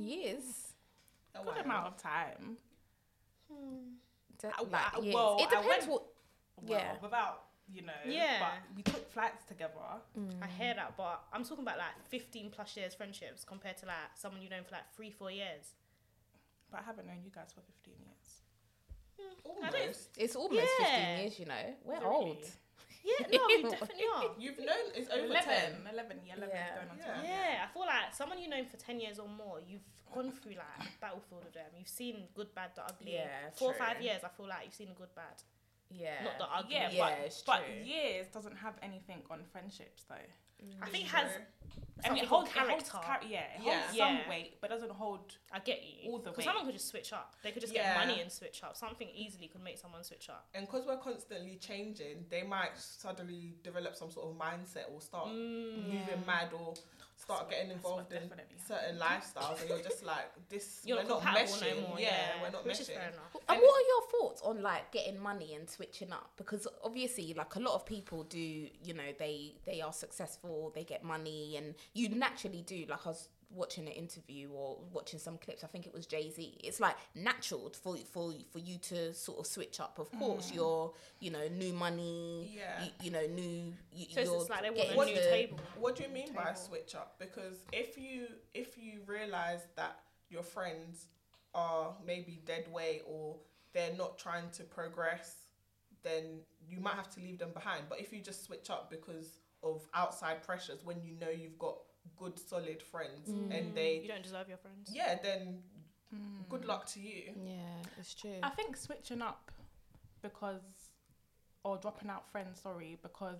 Speaker 2: Um,
Speaker 1: Years.
Speaker 3: Oh,
Speaker 2: good
Speaker 3: wow.
Speaker 2: amount of time.
Speaker 1: D-
Speaker 3: I-
Speaker 1: like
Speaker 3: I-
Speaker 1: years.
Speaker 3: well,
Speaker 1: it
Speaker 3: I
Speaker 1: depends
Speaker 3: went-
Speaker 1: what.
Speaker 2: Well,
Speaker 1: Yeah.
Speaker 2: Without, you know.
Speaker 4: Yeah.
Speaker 2: But we took flights together.
Speaker 4: I hear that, but I'm talking about like 15 plus years friendships compared to like someone you've known for like three, four years.
Speaker 2: But I haven't known you guys for 15 years.
Speaker 4: I don't-
Speaker 3: Almost.
Speaker 1: It's almost
Speaker 4: Yeah.
Speaker 1: 15 years, you know. We're
Speaker 2: Really?
Speaker 1: old.
Speaker 4: Yeah, no, we definitely are.
Speaker 3: You've known it's over
Speaker 2: 11,
Speaker 3: ten.
Speaker 2: 11, yeah, 11
Speaker 1: Yeah.
Speaker 2: going on
Speaker 3: Yeah.
Speaker 2: 12.
Speaker 4: Yeah, I feel like someone you have known for 10 years or more, you've gone through like battlefield of them. You've seen good, bad, the ugly.
Speaker 1: Yeah,
Speaker 4: Four
Speaker 1: true.
Speaker 4: or five years, I feel like you've seen the good, bad.
Speaker 1: Yeah.
Speaker 4: Not the ugly.
Speaker 2: Yeah,
Speaker 1: Yeah,
Speaker 2: but,
Speaker 1: it's
Speaker 2: but
Speaker 1: true.
Speaker 2: years doesn't have anything on friendships though.
Speaker 4: I think it has,
Speaker 2: I mean,
Speaker 4: Something
Speaker 2: it holds,
Speaker 4: on
Speaker 2: it holds
Speaker 4: character.
Speaker 2: char- yeah, it
Speaker 3: Yeah.
Speaker 2: holds
Speaker 4: Yeah.
Speaker 2: some weight, but doesn't hold.
Speaker 4: I get you.
Speaker 2: All the
Speaker 4: Because
Speaker 2: way.
Speaker 4: someone could just switch up. They could just
Speaker 3: Yeah.
Speaker 4: get money and switch up. Something easily could make someone switch up.
Speaker 3: and because we're constantly changing, they might suddenly develop some sort of mindset or start
Speaker 4: Mm.
Speaker 1: Yeah.
Speaker 3: moving mad or start
Speaker 2: what-
Speaker 3: getting
Speaker 2: that's
Speaker 3: involved
Speaker 2: what
Speaker 3: in
Speaker 2: definitely
Speaker 3: certain lifestyles, and you're just like, this.
Speaker 4: You're
Speaker 3: we're
Speaker 4: not
Speaker 3: not
Speaker 4: compatible
Speaker 3: meshing.
Speaker 4: no more.
Speaker 3: yeah,
Speaker 4: Yeah,
Speaker 3: we're not
Speaker 4: Which is fair
Speaker 3: meshing.
Speaker 4: enough.
Speaker 1: And what are your thoughts on like getting money and switching up? Because obviously, like a lot of people do, you know, they they are successful, they get money, and you naturally do. Like I was watching an interview or watching some clips. I think it was Jay Z. It's like natural for for for you to sort of switch up. Of
Speaker 4: Mm.
Speaker 1: course, your you know new money,
Speaker 3: Yeah.
Speaker 1: you, you know new. You,
Speaker 4: So it's
Speaker 1: you're
Speaker 4: just like they
Speaker 1: getting
Speaker 4: want a new
Speaker 1: the-
Speaker 4: table.
Speaker 3: What do you mean by
Speaker 4: Table.
Speaker 3: switch up? Because if you if you realize that your friends are maybe dead weight or they're not trying to progress, then you might have to leave them behind. But if you just switch up because of outside pressures when you know you've got good solid friends
Speaker 4: Mm.
Speaker 3: and
Speaker 4: you
Speaker 3: they
Speaker 4: don't deserve your friends.
Speaker 3: yeah then
Speaker 2: Mm.
Speaker 4: Mm.
Speaker 3: good luck to you
Speaker 1: Yeah, it's true.
Speaker 2: I think switching up because, or dropping out friends, sorry, because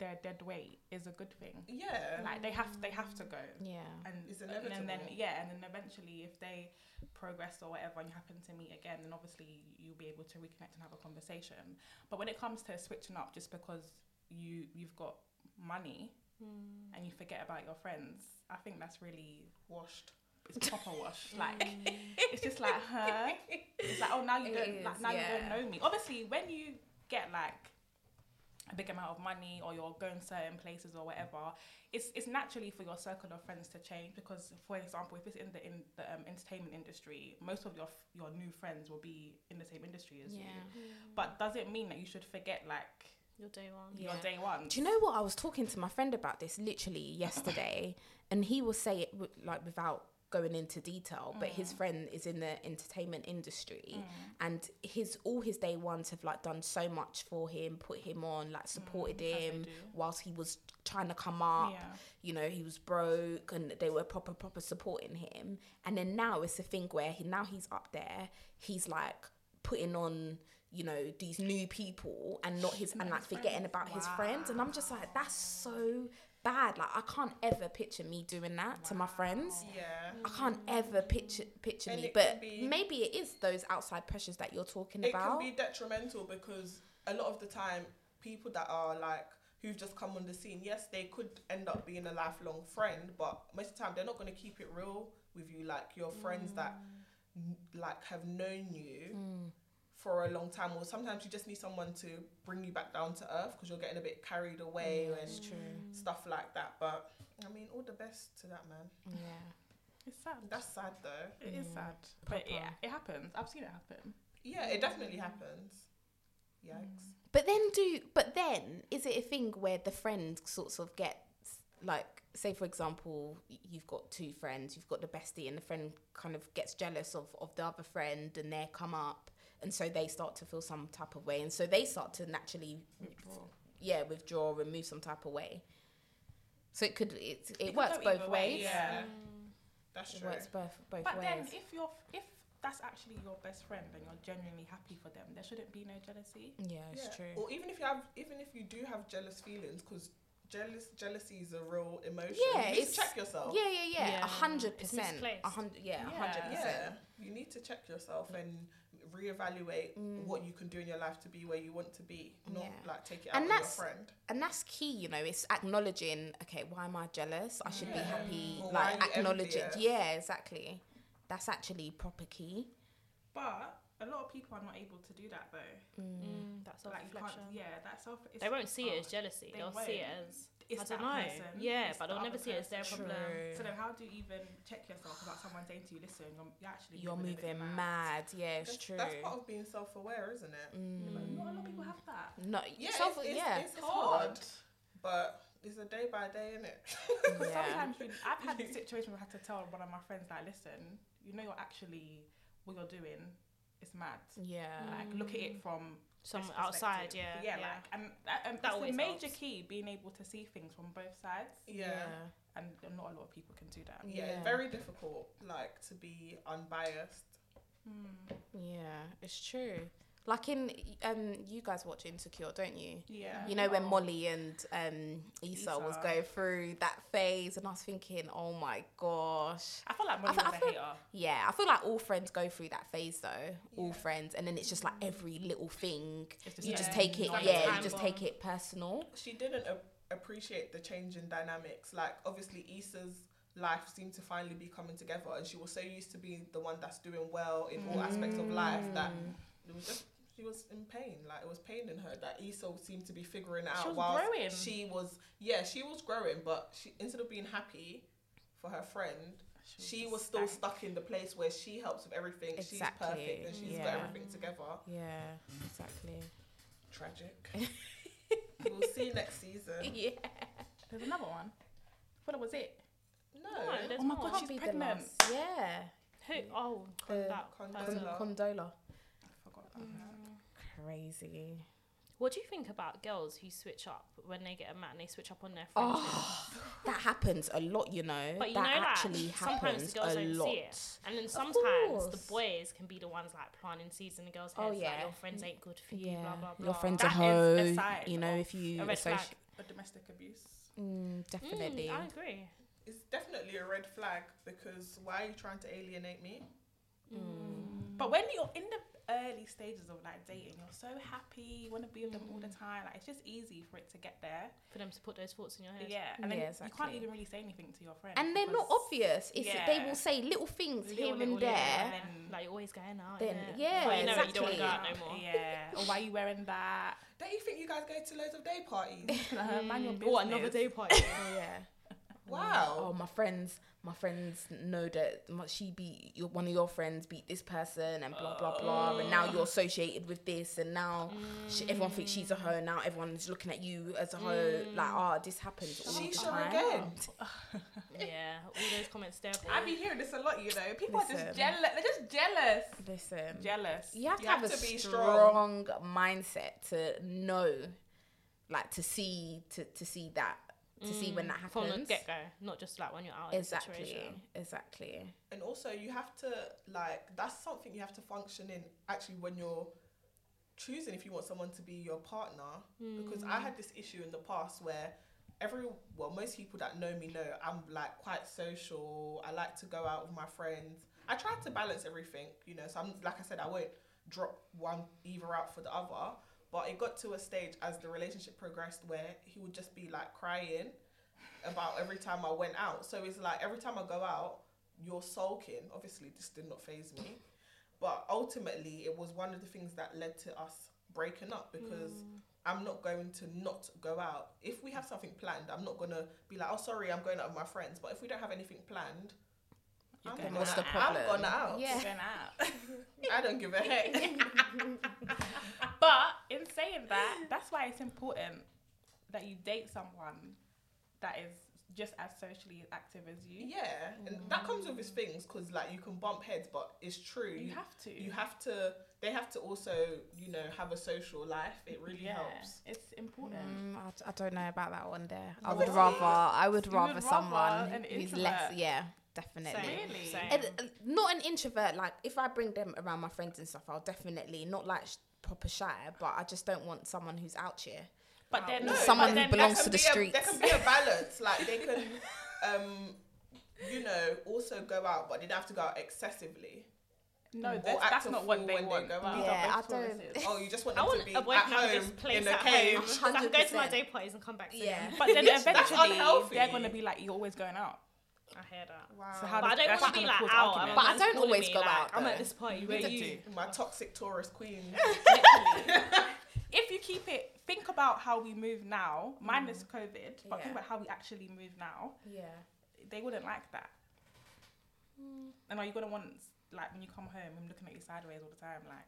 Speaker 2: they're dead weight is a good thing.
Speaker 3: yeah
Speaker 2: Like they have, they have to go.
Speaker 1: yeah.
Speaker 2: And,
Speaker 3: It's
Speaker 2: and then
Speaker 3: inevitable.
Speaker 2: yeah, and then eventually, if they progress or whatever, and you happen to meet again, then obviously you'll be able to reconnect and have a conversation. But when it comes to switching up, just because you you've got money
Speaker 4: Mm.
Speaker 1: Hmm.
Speaker 2: and you forget about your friends, I think that's really
Speaker 3: washed
Speaker 2: it's proper wash. Like it's just like her. It's like oh now you
Speaker 1: Hmm. It
Speaker 2: don't
Speaker 1: is,
Speaker 2: like, now you
Speaker 1: yeah.
Speaker 2: don't know me. Obviously, when you get like a big amount of money or you're going certain places or whatever, it's it's naturally for your circle of friends to change because, for example, if it's in the in the um, entertainment industry, most of your f- your new friends will be in the same industry as you.
Speaker 1: Yeah.
Speaker 2: But does it mean that you should forget like
Speaker 4: Your day one.
Speaker 1: Yeah.
Speaker 2: your day one?
Speaker 1: Do you know what? I was talking to my friend about this literally yesterday, and he will say it wi- like without going into detail, but his
Speaker 2: Mm.
Speaker 1: friend is in the entertainment industry, and his all his day ones have like done so much for him, put him on, like supported
Speaker 2: as Mm, they
Speaker 1: him
Speaker 2: do.
Speaker 1: whilst he was trying to come up.
Speaker 2: Yeah.
Speaker 1: You know, he was broke, and they were proper proper supporting him. And then now it's a thing where he now he's up there, he's like putting on you know these new people and not his and like forgetting about his friends and i'm just like that's so bad like i can't ever picture me doing that to my friends
Speaker 3: yeah
Speaker 1: i can't ever picture picture
Speaker 3: And
Speaker 1: me
Speaker 3: it
Speaker 1: but
Speaker 3: could be-
Speaker 1: maybe it is those outside pressures that you're talking
Speaker 3: it
Speaker 1: about
Speaker 3: can be detrimental because a lot of the time people that are like who've just come on the scene yes they could end up being a lifelong friend but most of the time they're not going to keep it real with you like your friends that
Speaker 1: Mm.
Speaker 3: n- like have known you for a long time or sometimes you just need someone to bring you back down to earth because you're getting a bit carried away and
Speaker 1: true
Speaker 3: stuff like that but i mean all the best to that man
Speaker 1: yeah
Speaker 2: It's sad.
Speaker 3: that's sad though
Speaker 2: it is sad, but it, it happens. I've seen it happen.
Speaker 3: yeah it definitely happens yikes
Speaker 1: but then do but then is it a thing where the friend sorts of gets like say for example y- you've got two friends you've got the bestie and the friend kind of gets jealous of of the other friend and they come up and so they start to feel some type of way and so they start to naturally yeah withdraw and move some type of way so it could it, it,
Speaker 2: could
Speaker 1: works
Speaker 2: go
Speaker 1: both
Speaker 2: either
Speaker 1: ways
Speaker 2: way,
Speaker 3: yeah
Speaker 4: Mm.
Speaker 3: that's
Speaker 1: it
Speaker 3: true
Speaker 1: works both both
Speaker 2: But
Speaker 1: ways
Speaker 2: then, if you're if that's actually your best friend and you're genuinely happy for them, there shouldn't be no jealousy.
Speaker 1: yeah it's
Speaker 3: Yeah.
Speaker 1: true
Speaker 3: Or even if you have, even if you do have jealous feelings, because jealous jealousy is a real emotion.
Speaker 1: Yeah,
Speaker 3: you need
Speaker 1: it's-
Speaker 3: to check yourself.
Speaker 1: yeah yeah yeah
Speaker 4: Yeah.
Speaker 1: a hundred
Speaker 4: It's
Speaker 1: percent
Speaker 4: misplaced.
Speaker 1: a hundred yeah a
Speaker 2: Yeah.
Speaker 1: hundred
Speaker 3: yeah.
Speaker 1: percent
Speaker 3: You need to check yourself and reevaluate what you can do in your life to be where you want to be. Not
Speaker 1: Mm. Yeah.
Speaker 3: like take it out
Speaker 1: And
Speaker 3: on
Speaker 1: that's-
Speaker 3: your friend.
Speaker 1: and that's key you know it's acknowledging okay why am i jealous i should be
Speaker 3: Yeah.
Speaker 1: happy
Speaker 3: Or why
Speaker 1: like
Speaker 3: are you
Speaker 1: acknowledge it
Speaker 3: envious?
Speaker 1: yeah exactly that's actually proper key
Speaker 2: But a lot of people are not able to do that though.
Speaker 4: Mm, that's self
Speaker 2: Like you can't.
Speaker 4: reflection.
Speaker 2: Yeah, that's self. It's,
Speaker 4: They won't see it as
Speaker 2: oh,
Speaker 4: jealousy.
Speaker 2: They
Speaker 4: They will see it
Speaker 2: won't.
Speaker 4: as
Speaker 2: It's
Speaker 4: I don't
Speaker 2: that
Speaker 4: know.
Speaker 2: person.
Speaker 4: Yeah,
Speaker 2: It's
Speaker 4: but
Speaker 2: the
Speaker 4: they'll
Speaker 2: other
Speaker 4: never see it as their
Speaker 2: person.
Speaker 4: problem.
Speaker 2: So then, how do you even check yourself without someone saying to you, "Listen, you're, you're actually
Speaker 1: you're
Speaker 2: a bit
Speaker 1: moving mad yeah it's
Speaker 3: That's,
Speaker 1: true
Speaker 3: that's part of being self-aware, isn't it?
Speaker 2: Yeah, but Not a lot of people have that.
Speaker 1: no
Speaker 3: Yeah,
Speaker 1: self,
Speaker 3: it's, it's,
Speaker 1: yeah
Speaker 3: it's hard, but it's a day by day, isn't it?
Speaker 2: Because
Speaker 1: Yeah.
Speaker 2: sometimes you, I've had the situation where I had to tell one of my friends, like, "Listen, you know, you're actually what you're doing is mad.
Speaker 1: yeah
Speaker 2: Like, look at
Speaker 1: Mm.
Speaker 2: it from
Speaker 4: Some
Speaker 2: this
Speaker 4: outside,
Speaker 2: perspective.
Speaker 4: yeah.
Speaker 2: yeah, like, and that, and that's the
Speaker 4: always
Speaker 2: major
Speaker 4: helps.
Speaker 2: key being able to see things from both sides,
Speaker 3: yeah.
Speaker 2: and not a lot of people can do that.
Speaker 3: yeah,
Speaker 1: Yeah.
Speaker 3: it's very difficult, like to be unbiased.
Speaker 1: yeah yeah it's true like in um you guys watch insecure don't you
Speaker 2: Yeah,
Speaker 1: you know when Molly and um, Issa, was
Speaker 2: Issa.
Speaker 1: going through that phase, and I was thinking, oh my gosh,
Speaker 2: I feel like Molly
Speaker 1: I
Speaker 2: was a
Speaker 1: feel-
Speaker 2: hater.
Speaker 1: Yeah, I feel like all friends go through that phase though. All friends, and then it's just like every little thing
Speaker 2: It's
Speaker 1: you
Speaker 4: Yeah.
Speaker 1: just take it.
Speaker 4: Like a
Speaker 1: yeah, you
Speaker 4: time
Speaker 1: just
Speaker 4: bomb.
Speaker 1: take it personal.
Speaker 3: she didn't a- appreciate the change in dynamics. Like obviously Issa's life seemed to finally be coming together, and she was so used to being the one that's doing well in all aspects of life that it was just she was in pain. Like it was pain in her that Issa seemed to be figuring out
Speaker 2: was
Speaker 3: while
Speaker 2: growing.
Speaker 3: she was yeah she was growing, but she instead of being happy for her friend. She was still stuck in the place where she helps with everything.
Speaker 1: Exactly,
Speaker 3: She's perfect and she's got
Speaker 1: yeah.
Speaker 3: everything together.
Speaker 1: Yeah, exactly.
Speaker 3: Tragic. we'll see you next season.
Speaker 1: Yeah,
Speaker 2: There's another one. What was it?
Speaker 4: No, there's
Speaker 2: oh my
Speaker 4: more.
Speaker 2: god, she's pregnant.
Speaker 1: Yeah,
Speaker 4: Who? Oh, Conda.
Speaker 3: Con-
Speaker 4: Conda.
Speaker 3: Conda.
Speaker 1: Condola.
Speaker 2: I forgot about that.
Speaker 1: Crazy.
Speaker 4: What do you think about girls who switch up when they get a man? They switch up on their friendship.
Speaker 1: Oh, that happens a lot, you know.
Speaker 4: But you
Speaker 1: that
Speaker 4: know that
Speaker 1: actually
Speaker 4: sometimes
Speaker 1: happens
Speaker 4: the girls
Speaker 1: a
Speaker 4: don't see
Speaker 1: lot.
Speaker 4: it. And then sometimes the
Speaker 1: course.
Speaker 4: boys can be the ones like planting seeds in the girls'
Speaker 1: Oh,
Speaker 4: heads.
Speaker 1: yeah.
Speaker 4: Like, your friends ain't good for you.
Speaker 1: Yeah,
Speaker 4: Blah blah blah.
Speaker 1: your friends are
Speaker 4: That
Speaker 2: is a
Speaker 1: hoe.
Speaker 2: sign
Speaker 1: You know,
Speaker 2: of
Speaker 1: if you
Speaker 4: a red flag.
Speaker 1: associate,
Speaker 2: A domestic abuse.
Speaker 1: mm,
Speaker 4: Mm,
Speaker 1: definitely.
Speaker 4: I agree.
Speaker 3: It's definitely a red flag because why are you trying to alienate me?
Speaker 1: Mm.
Speaker 4: Mm.
Speaker 2: But when you're in the early stages of like dating, you're so happy, you want to be with them all
Speaker 1: Mm.
Speaker 2: the time. Like it's just easy for it to get there.
Speaker 4: For them to put those thoughts in your head.
Speaker 2: Yeah, and then
Speaker 1: Yeah,
Speaker 2: you can't
Speaker 1: exactly.
Speaker 2: even really say anything to your friend.
Speaker 1: and they're not
Speaker 2: because
Speaker 1: obvious. It's that they
Speaker 2: Yeah.
Speaker 1: will say little things
Speaker 2: little,
Speaker 1: here
Speaker 2: little,
Speaker 1: and
Speaker 2: little,
Speaker 1: there.
Speaker 2: and
Speaker 4: Like you're always going out.
Speaker 1: Then-
Speaker 4: innit?
Speaker 1: yeah,
Speaker 4: But you know what, you don't want to go out
Speaker 1: exactly.
Speaker 4: no more.
Speaker 2: Yeah. Or why are you wearing that?
Speaker 3: Don't you think you guys go to loads of day parties?
Speaker 2: Uh, man your
Speaker 4: Mm, Or another
Speaker 2: business.
Speaker 4: day party.
Speaker 1: Oh, yeah. Oh,
Speaker 3: Wow.
Speaker 1: my friends, my friends know that my- she beat your, one of your friends beat this person and blah blah blah, and now you're associated with this, and now she, everyone thinks she's a hoe. Now everyone's looking at you as a hoe. Like, ah, this happens all
Speaker 3: She's
Speaker 1: the
Speaker 3: a
Speaker 1: time.
Speaker 3: regent.
Speaker 4: yeah, all those comments there.
Speaker 2: I be hearing this a lot, you know. People are
Speaker 1: Listen.
Speaker 2: just jealous. They're just jealous.
Speaker 1: Listen,
Speaker 2: Jealous.
Speaker 1: you have
Speaker 3: You
Speaker 1: to have,
Speaker 3: have
Speaker 1: a
Speaker 3: to be
Speaker 1: strong,
Speaker 3: strong.
Speaker 1: mindset to know, like, to see to to see that to see when that
Speaker 4: From
Speaker 1: happens.
Speaker 4: the get go, not just like when you're out. in the
Speaker 1: Exactly,
Speaker 4: situation.
Speaker 1: exactly.
Speaker 3: And also, you have to, like, that's something you have to function in actually when you're choosing if you want someone to be your partner. Because I had this issue in the past where every, well, most people that know me know I'm, like, quite social. I like to go out with my friends. I try to balance everything, you know. So I'm, like I said, I won't drop one either out for the other. But it got to a stage as the relationship progressed where he would just be like crying about every time I went out. So it's like every time I go out, you're sulking. Obviously, this did not phase me. But ultimately, it was one of the things that led to us breaking up because
Speaker 1: Mm.
Speaker 3: I'm not going to not go out. If we have something planned, I'm not going to be like, oh, sorry, I'm going out with my friends. But if we don't have anything planned,
Speaker 2: You're
Speaker 3: I'm
Speaker 2: going
Speaker 3: gonna-
Speaker 1: What's the
Speaker 2: out.
Speaker 1: problem?
Speaker 3: I'm gonna out.
Speaker 1: Yeah.
Speaker 2: Going out.
Speaker 3: I don't give a heck.
Speaker 2: but in saying that, that's why it's important that you date someone that is just as socially active as you.
Speaker 3: yeah. And that comes with its things because, like, you can bump heads, but it's true.
Speaker 2: You have to.
Speaker 3: you have to they have to also you know have a social life it really
Speaker 2: yeah.
Speaker 3: helps
Speaker 2: It's important.
Speaker 1: Mm, I, d- I don't know about that one there. I
Speaker 3: You
Speaker 1: would
Speaker 3: would
Speaker 1: rather I would
Speaker 2: you
Speaker 1: rather
Speaker 2: would rather
Speaker 1: someone
Speaker 2: an
Speaker 1: who's less
Speaker 2: introvert.
Speaker 1: yeah, definitely.
Speaker 4: Same,
Speaker 2: Really?
Speaker 4: same.
Speaker 1: And, uh, not an introvert like if I bring them around my friends and stuff I'll definitely not like sh- proper shy but I just don't want someone who's out here.
Speaker 2: But
Speaker 4: Wow.
Speaker 2: then
Speaker 1: No,
Speaker 2: but
Speaker 1: someone who
Speaker 2: then
Speaker 1: belongs
Speaker 2: that
Speaker 1: to
Speaker 2: can
Speaker 1: the
Speaker 3: Be
Speaker 2: be
Speaker 3: a- there
Speaker 1: streets.
Speaker 3: can be a balance like they can um you know also go out but they don't have to go out excessively
Speaker 2: a- No,
Speaker 3: or
Speaker 2: that's,
Speaker 3: act
Speaker 2: that's
Speaker 3: a
Speaker 2: not
Speaker 3: fool
Speaker 2: what they
Speaker 3: when they
Speaker 2: want.
Speaker 3: go out.
Speaker 2: These
Speaker 1: Yeah,
Speaker 2: are both
Speaker 1: I don't-
Speaker 2: choices.
Speaker 3: oh you just want
Speaker 4: I
Speaker 3: them
Speaker 4: want
Speaker 3: to be
Speaker 4: a
Speaker 3: at
Speaker 4: boy now
Speaker 3: home
Speaker 4: just place
Speaker 3: in a
Speaker 4: at
Speaker 3: cave
Speaker 4: home. So I can go to my
Speaker 1: 100%.
Speaker 4: day parties and come back. To
Speaker 1: Yeah.
Speaker 4: yeah,
Speaker 2: But then
Speaker 3: That's
Speaker 2: eventually
Speaker 3: unhealthy.
Speaker 2: they're gonna be like you're always going out.
Speaker 4: I hear that.
Speaker 3: wow
Speaker 2: So how
Speaker 4: But I
Speaker 2: does-
Speaker 4: don't
Speaker 2: that's
Speaker 4: want to be
Speaker 2: not gonna
Speaker 4: like
Speaker 2: cause
Speaker 4: out.
Speaker 2: argument.
Speaker 4: and
Speaker 1: But I
Speaker 4: everyone's
Speaker 1: don't
Speaker 4: calling
Speaker 1: always
Speaker 4: me,
Speaker 1: go
Speaker 4: like,
Speaker 1: out,
Speaker 4: I'm at
Speaker 1: though.
Speaker 4: this party.
Speaker 2: You
Speaker 4: Where
Speaker 2: did
Speaker 4: you?
Speaker 2: do.
Speaker 3: my toxic Taurus queen
Speaker 2: Literally. if you keep it, think about how we move now, minus COVID,
Speaker 1: Mm. Yeah.
Speaker 2: but think about how we actually move now.
Speaker 1: Yeah.
Speaker 2: They wouldn't like that. And are you gonna want like when you come home, him looking at you sideways all the time? Like,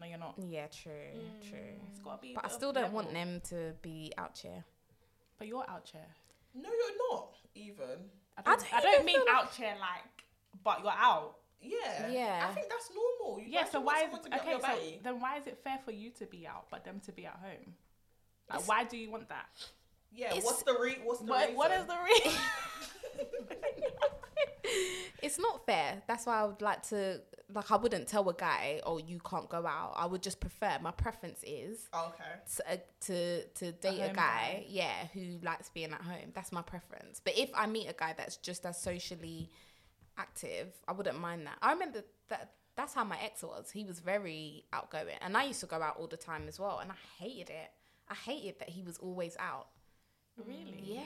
Speaker 2: no, you're not.
Speaker 1: Yeah, true,
Speaker 2: Mm.
Speaker 1: true.
Speaker 2: It's gotta be. a
Speaker 1: But I
Speaker 2: bit of
Speaker 1: still don't want
Speaker 2: level.
Speaker 1: them to be out here.
Speaker 2: But you're out here.
Speaker 3: no you're not even
Speaker 2: I
Speaker 1: I
Speaker 2: don't.
Speaker 1: don't
Speaker 2: I don't,
Speaker 1: even
Speaker 2: mean
Speaker 1: feel like-
Speaker 2: out here like, but you're out.
Speaker 3: yeah
Speaker 1: Yeah.
Speaker 3: I think that's normal you
Speaker 2: Yeah.
Speaker 3: guys
Speaker 2: So
Speaker 3: want
Speaker 2: why is
Speaker 3: someone to be up
Speaker 2: okay?
Speaker 3: your
Speaker 2: So
Speaker 3: baddie.
Speaker 2: then why is it fair for you to be out, but them to be at home? Like,
Speaker 1: It's-
Speaker 2: why do you want that?
Speaker 3: yeah
Speaker 1: it's-
Speaker 3: what's the re- what's the
Speaker 2: What, what
Speaker 3: reason?
Speaker 2: is the reason?
Speaker 1: It's not fair. That's why I would like to like I wouldn't tell a guy, "Oh, you can't go out." I would just prefer my preference is
Speaker 3: oh, okay
Speaker 1: to, uh, to to date a, guy,
Speaker 2: home guy.
Speaker 1: yeah, who likes being at home. That's my preference. But if I meet a guy that's just as socially active, I wouldn't mind that. I remember that that's how my ex was. He was very outgoing, and I used to go out all the time as well, and I hated it. I hated that he was always out.
Speaker 2: really?
Speaker 1: Yeah.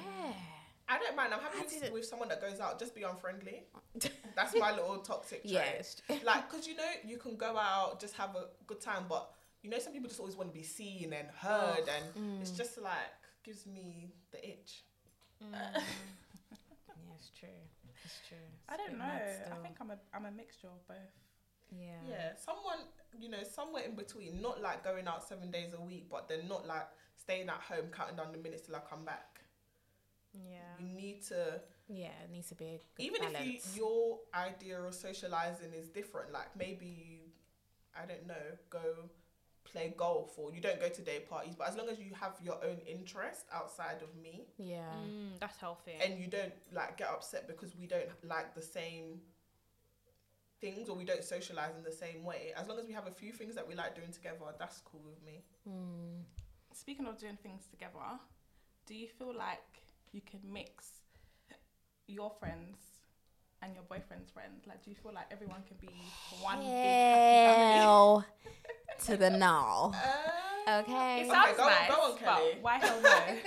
Speaker 3: I don't mind. I'm happy
Speaker 1: I
Speaker 3: with-
Speaker 1: didn't-
Speaker 3: with someone that goes out. Just be unfriendly. That's my little toxic trait.
Speaker 1: Yeah, it's-
Speaker 3: Like, cause you know you can go out, just have a good time, but you know some people just always want to be seen and heard, and it's just like gives me the itch.
Speaker 1: Yeah, it's true. It's true.
Speaker 2: I don't know. I think I'm a I'm a mixture of both.
Speaker 1: yeah.
Speaker 3: Yeah, someone you know somewhere in between, not like going out seven days a week, but then not like staying at home counting down the minutes till I come back.
Speaker 4: Yeah.
Speaker 3: You need to
Speaker 1: Yeah, it needs to be a good
Speaker 3: even
Speaker 1: balance.
Speaker 3: if you, your idea of socializing is different like maybe you i don't know go play golf or you don't go to day parties but as long as you have your own interest outside of me
Speaker 1: yeah.
Speaker 4: Mm, that's healthy.
Speaker 3: and you don't like get upset because we don't like the same things or we don't socialize in the same way as long as we have a few things that we like doing together that's cool with me
Speaker 1: Mm.
Speaker 2: Speaking of doing things together, do you feel like you can mix your friends and your boyfriend's friends? Like, do you feel like everyone can be one big happy family?
Speaker 1: Hell to the null.
Speaker 2: It
Speaker 1: Okay.
Speaker 2: sounds
Speaker 3: Oh go on-
Speaker 2: nice,
Speaker 3: go on, Kelly.
Speaker 2: but why hell no?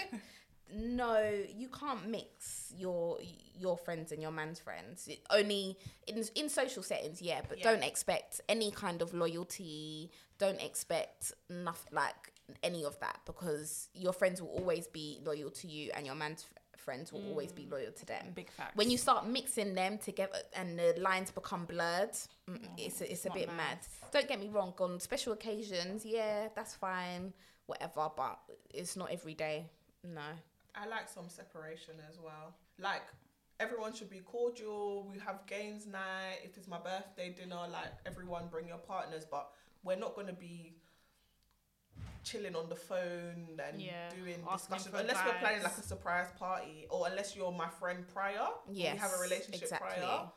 Speaker 1: no, you can't mix your your friends and your man's friends. It only in in social settings, yeah, but
Speaker 3: Yeah.
Speaker 1: don't expect any kind of loyalty. Don't expect nothing like any of that because your friends will always be loyal to you, and your man's f- friends will always be loyal to them.
Speaker 2: Big fact.
Speaker 1: when you start mixing them together and the lines become blurred, mm,
Speaker 3: Oh,
Speaker 1: it's a, it's a
Speaker 4: not
Speaker 1: bit
Speaker 4: nice.
Speaker 1: mad. Don't get me wrong, on special occasions, yeah, that's fine, whatever, but it's not every day. No.
Speaker 3: I like some separation as well. Like everyone should be cordial. We have games night. If it's my birthday dinner, like everyone bring your partners, but we're not gonna be chilling on the phone and
Speaker 4: Yeah,
Speaker 3: doing
Speaker 4: asking
Speaker 3: discussions
Speaker 4: for
Speaker 3: unless we're planning like a
Speaker 4: advice.
Speaker 3: surprise party or unless you're my friend prior.
Speaker 1: Yes.
Speaker 3: we have a relationship
Speaker 1: exactly.
Speaker 3: prior.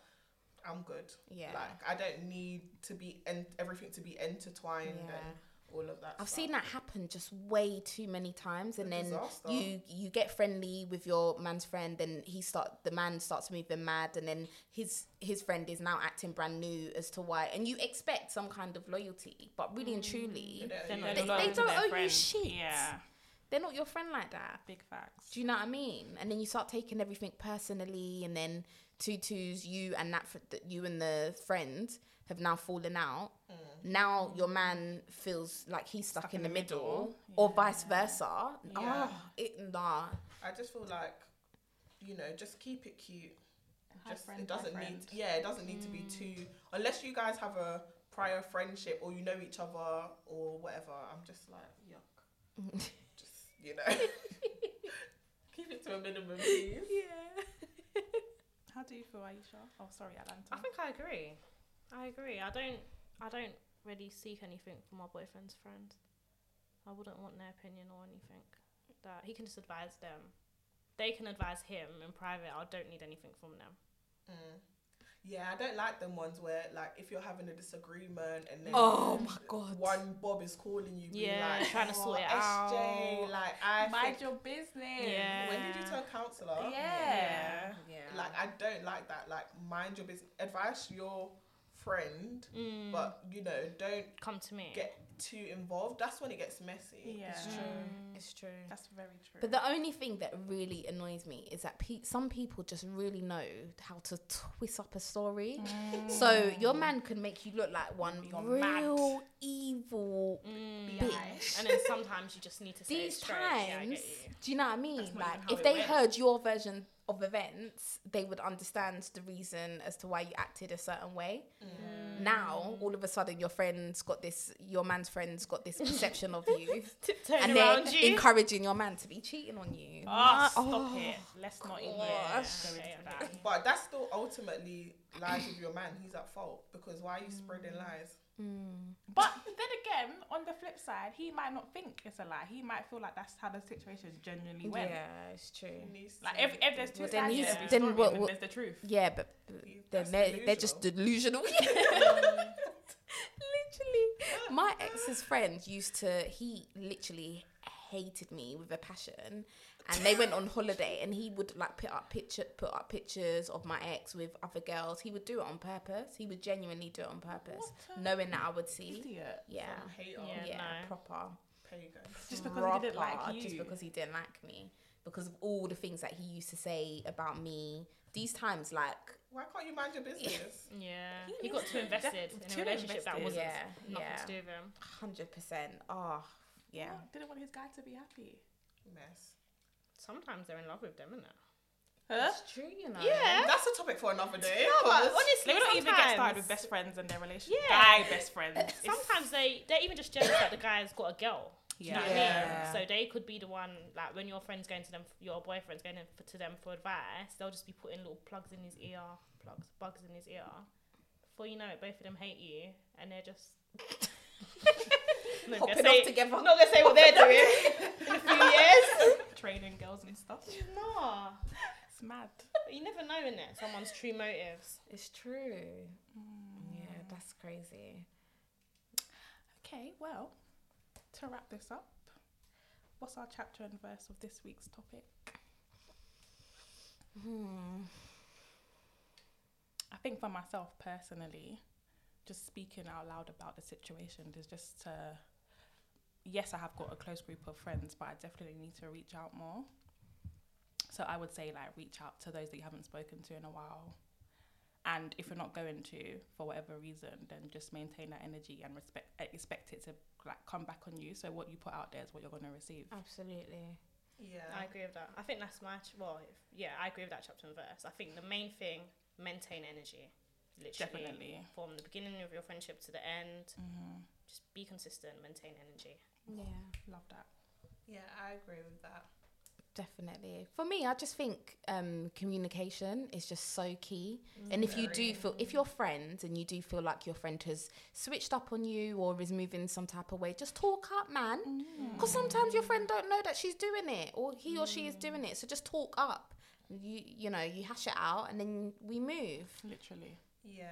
Speaker 3: I'm good.
Speaker 1: Yeah.
Speaker 3: Like I don't need to be and everything to be intertwined
Speaker 1: Yeah.
Speaker 3: and all of that.
Speaker 1: I've
Speaker 3: stuff.
Speaker 1: seen that happen just way too many times, and
Speaker 3: It's a
Speaker 1: then
Speaker 3: disaster.
Speaker 1: you you get friendly with your man's friend, then he start the man starts moving mad, and then his his friend is now acting brand new as to why, and you expect some kind of loyalty, but really and truly,
Speaker 3: You know,
Speaker 4: They're
Speaker 3: you
Speaker 4: not
Speaker 3: know,
Speaker 1: They- they
Speaker 4: loyal to
Speaker 1: don't
Speaker 4: their
Speaker 1: owe you
Speaker 4: friend.
Speaker 1: Oh, shit.
Speaker 2: Yeah,
Speaker 1: they're not your friend like that.
Speaker 2: big facts.
Speaker 1: Do you know what I mean? And then you start taking everything personally, and then tutus you and that fr- that you and the friend have now fallen out. Now your man feels like he's stuck, in, the middle, or
Speaker 2: Yeah.
Speaker 1: vice versa.
Speaker 2: Yeah.
Speaker 1: Ah, it nah.
Speaker 3: I just feel like, you know, just keep it cute.
Speaker 2: Hi,
Speaker 3: Just
Speaker 2: friend,
Speaker 3: it
Speaker 2: hi,
Speaker 3: doesn't need
Speaker 2: friend.
Speaker 3: yeah, it doesn't need to be too unless you guys have a prior friendship or you know each other or whatever. I'm just like yuck. just you know. keep it to a minimum, please.
Speaker 1: Yeah.
Speaker 2: How do you feel, Aisha? Oh, sorry, Atlanta.
Speaker 4: I think I agree. I agree. I don't. I don't really seek anything from my boyfriend's friends. I wouldn't want their opinion or anything. That he can just advise them. They can advise him in private. I don't need anything from them.
Speaker 3: Mm. Yeah, I don't like them ones where like if you're having a disagreement and then
Speaker 1: Oh my god.
Speaker 3: one Bob is calling you, being
Speaker 4: Yeah,
Speaker 3: like,
Speaker 4: trying to
Speaker 3: "Oh,
Speaker 4: sort it
Speaker 3: SJ,
Speaker 4: out."
Speaker 3: Like I
Speaker 2: Mind
Speaker 3: think-
Speaker 2: your business.
Speaker 4: Yeah.
Speaker 3: when did you turn counselor?
Speaker 2: Yeah.
Speaker 4: Yeah.
Speaker 1: Yeah.
Speaker 3: Like I don't like that. Like mind your business. Advise your friend,
Speaker 4: Mm,
Speaker 3: but you know, don't
Speaker 4: come to me.
Speaker 3: get too involved. That's when it gets messy.
Speaker 2: Yeah.
Speaker 3: It's
Speaker 2: It's
Speaker 3: true.
Speaker 2: true.
Speaker 1: it's true.
Speaker 2: That's very true.
Speaker 1: But the only thing that really annoys me is that pe- some people just really know how to twist up a story. So
Speaker 4: Mm.
Speaker 1: your man could make you look like one
Speaker 3: You're mad.
Speaker 1: real evil
Speaker 4: Mm.
Speaker 1: bitch.
Speaker 4: And then sometimes you just need to say it
Speaker 1: These
Speaker 4: straight. Yeah, I
Speaker 1: times,
Speaker 4: get you.
Speaker 1: do you know what I mean?
Speaker 3: That's not even
Speaker 1: Like,
Speaker 3: how
Speaker 1: if
Speaker 3: it
Speaker 1: they
Speaker 3: went.
Speaker 1: heard your version of events, they would understand the reason as to why you acted a certain way.
Speaker 4: Mm.
Speaker 1: Now, all of a sudden, your friend's got this, your man's friend's got this perception of you,
Speaker 4: Tiptoeing
Speaker 1: and they're
Speaker 4: around you.
Speaker 1: encouraging your man to be cheating on you.
Speaker 4: oh,
Speaker 1: Ah,
Speaker 4: stop it.
Speaker 2: Let's not even
Speaker 4: Yeah,
Speaker 1: gosh.
Speaker 4: say it back.
Speaker 3: But that's still ultimately lies with your man. He's at fault because why are you spreading lies?
Speaker 2: But then again, on the flip side, he might not think it's a lie. He might feel like that's how the situation genuinely went.
Speaker 1: it's true.
Speaker 3: He needs to-
Speaker 2: Like if, if there's two
Speaker 1: Well, then
Speaker 2: sides to
Speaker 4: he's-
Speaker 2: every
Speaker 1: then
Speaker 2: story,
Speaker 1: what-
Speaker 2: then
Speaker 1: what-
Speaker 2: there's the truth.
Speaker 1: Yeah, but but
Speaker 3: He-
Speaker 1: then
Speaker 3: that's
Speaker 1: they're, they're just delusional. literally, my ex's friend used to. He literally hated me with a passion, and they went on holiday, and he would like put up picture, put up pictures of my ex with other girls. He would do it on purpose. He would genuinely do it on purpose,
Speaker 2: What a
Speaker 1: knowing that I would see.
Speaker 2: Idiot.
Speaker 1: Yeah,
Speaker 3: Some hater.
Speaker 1: yeah,
Speaker 4: Yeah, no.
Speaker 1: proper.
Speaker 3: Pagan.
Speaker 2: Just because he didn't like
Speaker 1: Proper,
Speaker 2: you.
Speaker 1: Just because he didn't like me. Because of all the things that he used to say about me. These times, like
Speaker 3: Why can't you mind your business?
Speaker 4: Yeah.
Speaker 2: He
Speaker 4: He, got
Speaker 2: needs
Speaker 4: too
Speaker 2: to-
Speaker 4: invested
Speaker 2: def-
Speaker 4: in a
Speaker 2: too
Speaker 4: relationship that
Speaker 2: invested.
Speaker 4: wasn't
Speaker 1: Yeah,
Speaker 4: nothing
Speaker 1: yeah.
Speaker 4: to do with him.
Speaker 1: Hundred percent. Oh, yeah.
Speaker 2: Oh, didn't want his guy to be happy.
Speaker 3: Mess.
Speaker 4: Sometimes they're in love with them, isn't it?
Speaker 2: Huh?
Speaker 1: That's true, you know.
Speaker 3: That's a topic for another day.
Speaker 4: But
Speaker 3: 'cause-
Speaker 4: honestly,
Speaker 2: Let me not even get started
Speaker 4: sometimes-
Speaker 2: with best friends and their relationship.
Speaker 4: Yeah.
Speaker 2: Guy best friends. It's-
Speaker 4: Sometimes they they're even just jealous that the guy's got a girl. Do you know what
Speaker 3: Yeah.
Speaker 4: I mean? So they could be the one like when your friend's going to them, your boyfriend's going to, to them for advice. They'll just be putting little plugs in his ear, plugs, bugs in his ear. Before you know it, both of them hate you, and they're just not gonna
Speaker 1: Hopping
Speaker 4: say,
Speaker 1: off together.
Speaker 4: not gonna say what they're doing in a few years.
Speaker 2: Training girls and stuff.
Speaker 4: No,
Speaker 2: It's mad.
Speaker 4: but you never know in it someone's true motives.
Speaker 1: It's true. Yeah, that's crazy.
Speaker 2: Okay, well, to wrap this up, what's our chapter and verse of this week's topic?
Speaker 1: Hmm.
Speaker 2: I think for myself personally, just speaking out loud about the situation is just to. Yes, I have got a close group of friends, but I definitely need to reach out more. So I would say, like, reach out to those that you haven't spoken to in a while. And if you're not going to, for whatever reason, then just maintain that energy and respect, expect it to like come back on you. So what you put out there is what you're going to receive.
Speaker 1: Absolutely.
Speaker 3: Yeah.
Speaker 4: I agree with that. I think that's my ch- well, if, yeah, I agree with that chapter and verse. I think the main thing maintain energy, literally.
Speaker 2: Definitely.
Speaker 4: From the beginning of your friendship to the end,
Speaker 1: Mm-hmm.
Speaker 2: hmm
Speaker 4: just be consistent, maintain energy.
Speaker 1: Yeah,
Speaker 2: Love that.
Speaker 3: Yeah, I agree with that.
Speaker 1: definitely. For me, I just think um, communication is just so key. And if you do feel, if you're friends and you do feel like your friend has switched up on you or is moving some type of way, just talk up, man.
Speaker 2: Mm.
Speaker 1: Because sometimes your friend don't know that she's doing it or he or she is doing it. So just talk up. You you know you hash it out and then we move.
Speaker 2: Literally.
Speaker 3: Yeah.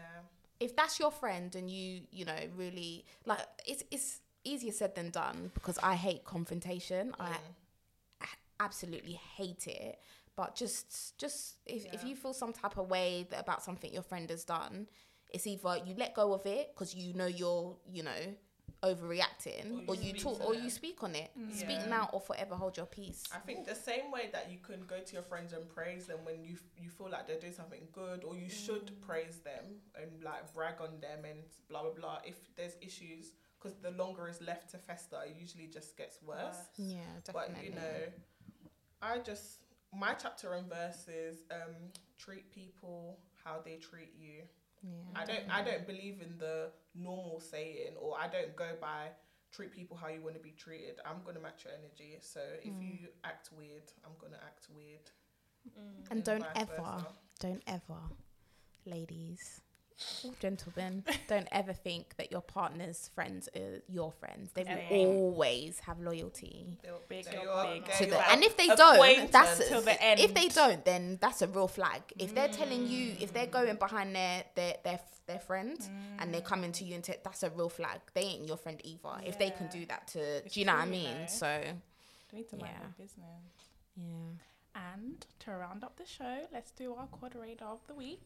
Speaker 1: if that's your friend and you you know really like it's it's easier said than done because I hate confrontation.
Speaker 3: Mm.
Speaker 1: I absolutely hate it. But just just if if
Speaker 3: Yeah.
Speaker 1: you feel some type of way that about something your friend has done, it's either you let go of it because you know you're you know overreacting
Speaker 3: Or
Speaker 1: or
Speaker 3: you
Speaker 1: you,
Speaker 3: speak
Speaker 1: talk
Speaker 3: to
Speaker 1: or
Speaker 3: them.
Speaker 1: you speak on it.
Speaker 3: Yeah.
Speaker 1: Speak now or forever hold your peace.
Speaker 3: I think the same way that you can go to your friends and praise them when you you feel like they're doing something good, or you
Speaker 1: Mm.
Speaker 3: should praise them and like brag on them and blah blah blah. If there's issues, because the longer it's left to fester, it usually just gets worse.
Speaker 1: Yeah, definitely.
Speaker 3: But you know, I just my chapter and verse is um, treat people how they treat you.
Speaker 1: yeah.
Speaker 3: I don't I don't believe in the normal saying or I don't go by treat people how you want to be treated. I'm gonna match your energy. So if
Speaker 1: Hmm.
Speaker 3: you act weird, I'm gonna act weird.
Speaker 1: And don't
Speaker 3: vice
Speaker 1: ever
Speaker 3: versa.
Speaker 1: don't ever, ladies, or gentlemen, don't ever think that your partner's friends are your friends. They will
Speaker 2: Yeah.
Speaker 1: always have loyalty.
Speaker 3: They'll-
Speaker 2: Big
Speaker 3: they
Speaker 2: or
Speaker 3: are-
Speaker 2: big.
Speaker 3: they
Speaker 1: To
Speaker 2: Till
Speaker 3: are
Speaker 1: the, and if they don't,
Speaker 2: acquaintance
Speaker 1: that's
Speaker 2: till the end.
Speaker 1: if they don't, then that's a real flag. If they're telling you, if they're going behind their their their, their friend and they're coming to you and t- that's a real flag. They ain't your friend either. If they can
Speaker 2: Yeah.
Speaker 1: do that to,
Speaker 2: It's
Speaker 1: do you know what I
Speaker 2: true, you
Speaker 1: mean?
Speaker 2: know.
Speaker 1: So
Speaker 2: They need to mind
Speaker 1: Yeah.
Speaker 2: their business.
Speaker 1: yeah.
Speaker 2: And to round up the show, let's do our quadrator of the week.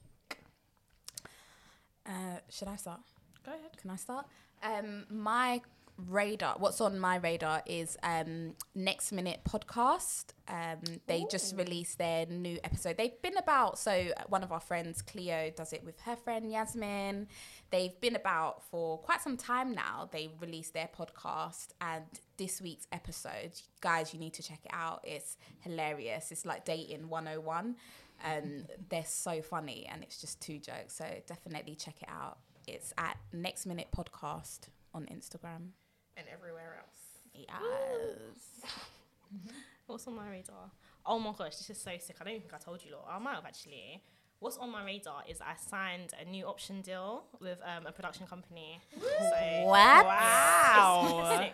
Speaker 1: Uh, should I start?
Speaker 2: Go ahead.
Speaker 1: Can I start? Um, my radar. What's on my radar is um, Next Minute podcast. Um, they just released their new episode. They've been about. So one of our friends, Cleo, does it with her friend Yasmin. They've been about for quite some time now. They released their podcast and this week's episode, guys, you need to check it out. It's hilarious. It's like dating 101. Um, they're so funny and it's just two jokes. So definitely check it out. It's at Next Minute Podcast on Instagram.
Speaker 3: and everywhere else.
Speaker 1: Yes.
Speaker 4: What's on my radar? Oh my gosh, this is so sick. I don't think I told you, lot. I might have actually. What's on my radar is I signed a new option deal with um, a production company. So-
Speaker 1: What?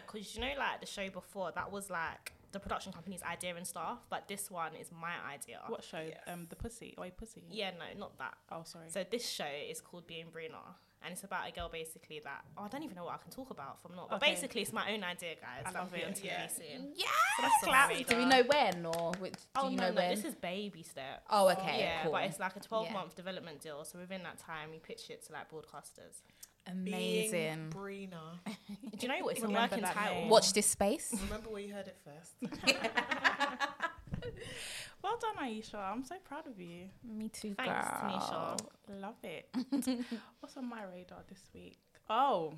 Speaker 4: Because you know, like the show before, that was like the production company's idea and stuff, but this one is my idea.
Speaker 2: What show?
Speaker 3: Yes.
Speaker 2: Um, the pussy. Oh, wait, pussy.
Speaker 4: Oh, Yeah, no, not that.
Speaker 2: Oh, sorry.
Speaker 4: So this show is called Being Bruno, and it's about a girl basically that oh, I don't even know what I can talk about from not. But
Speaker 2: Okay.
Speaker 4: basically, it's my own idea, guys.
Speaker 2: I love
Speaker 4: I'll be
Speaker 2: it.
Speaker 4: on TV
Speaker 3: Yeah.
Speaker 4: soon.
Speaker 1: Yes.
Speaker 4: So that's on my
Speaker 1: Do we
Speaker 4: radar.
Speaker 1: know when or which, do
Speaker 4: Oh
Speaker 1: you
Speaker 4: no,
Speaker 1: know
Speaker 4: no,
Speaker 1: when?
Speaker 4: this is baby step.
Speaker 1: oh, okay.
Speaker 4: yeah,
Speaker 1: cool.
Speaker 4: but it's like a 12
Speaker 1: Yeah.
Speaker 4: month development deal. So within that time, you pitch it to like broadcasters.
Speaker 1: amazing.
Speaker 3: Being Brina.
Speaker 4: Do you know what? It's a
Speaker 2: Remember
Speaker 4: working
Speaker 2: that
Speaker 4: title.
Speaker 2: name.
Speaker 1: Watch this space.
Speaker 3: Remember where you heard it first.
Speaker 2: well done, Aisha. I'm so proud of you.
Speaker 1: Me too,
Speaker 4: Thanks,
Speaker 1: girl.
Speaker 4: Tanisha.
Speaker 2: Oh, Love it. What's on my radar this week? Oh,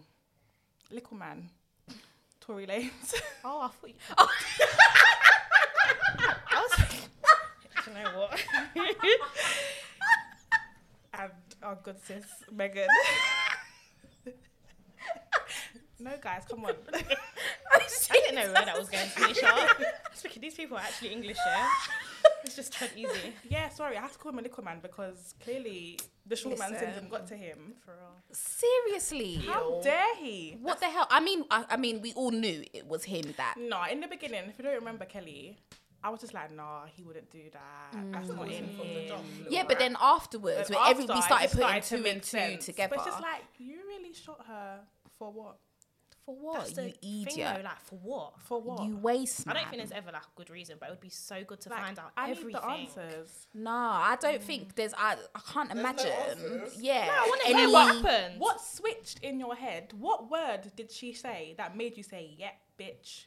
Speaker 2: Little Man. Tory Lanez.
Speaker 4: Oh, I thought you. I was. Do you know what?
Speaker 2: and our good sis, Megan. no, guys, come on.
Speaker 1: She
Speaker 4: didn't know where that was going to finish up. Speaking, these people are actually English, yeah? It's just tread easy.
Speaker 2: Yeah, sorry, I had to call him a little man because clearly the short man
Speaker 1: Listen.
Speaker 2: syndrome got to him.
Speaker 4: For real.
Speaker 1: Seriously.
Speaker 2: How dare he?
Speaker 1: What the hell? I mean, I, I mean, we all knew it was him that.
Speaker 2: No, in the beginning, if you don't remember Kelly, I was just like, nah, he wouldn't do that. That's not in
Speaker 3: From the
Speaker 2: him.
Speaker 3: jump, little
Speaker 1: Yeah, but
Speaker 3: rat.
Speaker 1: then afterwards, when
Speaker 2: But
Speaker 1: Mm. every,
Speaker 2: after,
Speaker 1: we
Speaker 2: it
Speaker 1: started
Speaker 2: just
Speaker 1: putting
Speaker 2: started to
Speaker 1: two
Speaker 2: make
Speaker 1: and two
Speaker 2: sense.
Speaker 1: together.
Speaker 2: But it's just like, you really shot her for what?
Speaker 1: for what?
Speaker 4: That's the
Speaker 1: You
Speaker 4: Thing, though,
Speaker 1: idiot.
Speaker 4: like, for what?
Speaker 2: For what?
Speaker 1: You waste
Speaker 4: I
Speaker 1: man.
Speaker 4: don't think there's ever like a good reason, but it would be so good to
Speaker 2: Like,
Speaker 4: find out
Speaker 2: I
Speaker 4: everything.
Speaker 2: need the answers.
Speaker 1: No, I don't think there's. I, I can't
Speaker 3: no
Speaker 1: imagine.
Speaker 3: answers.
Speaker 1: yeah.
Speaker 4: I want to
Speaker 1: any-
Speaker 4: know what happened.
Speaker 2: What switched in your head? What word did she say that made you say, yeah, bitch,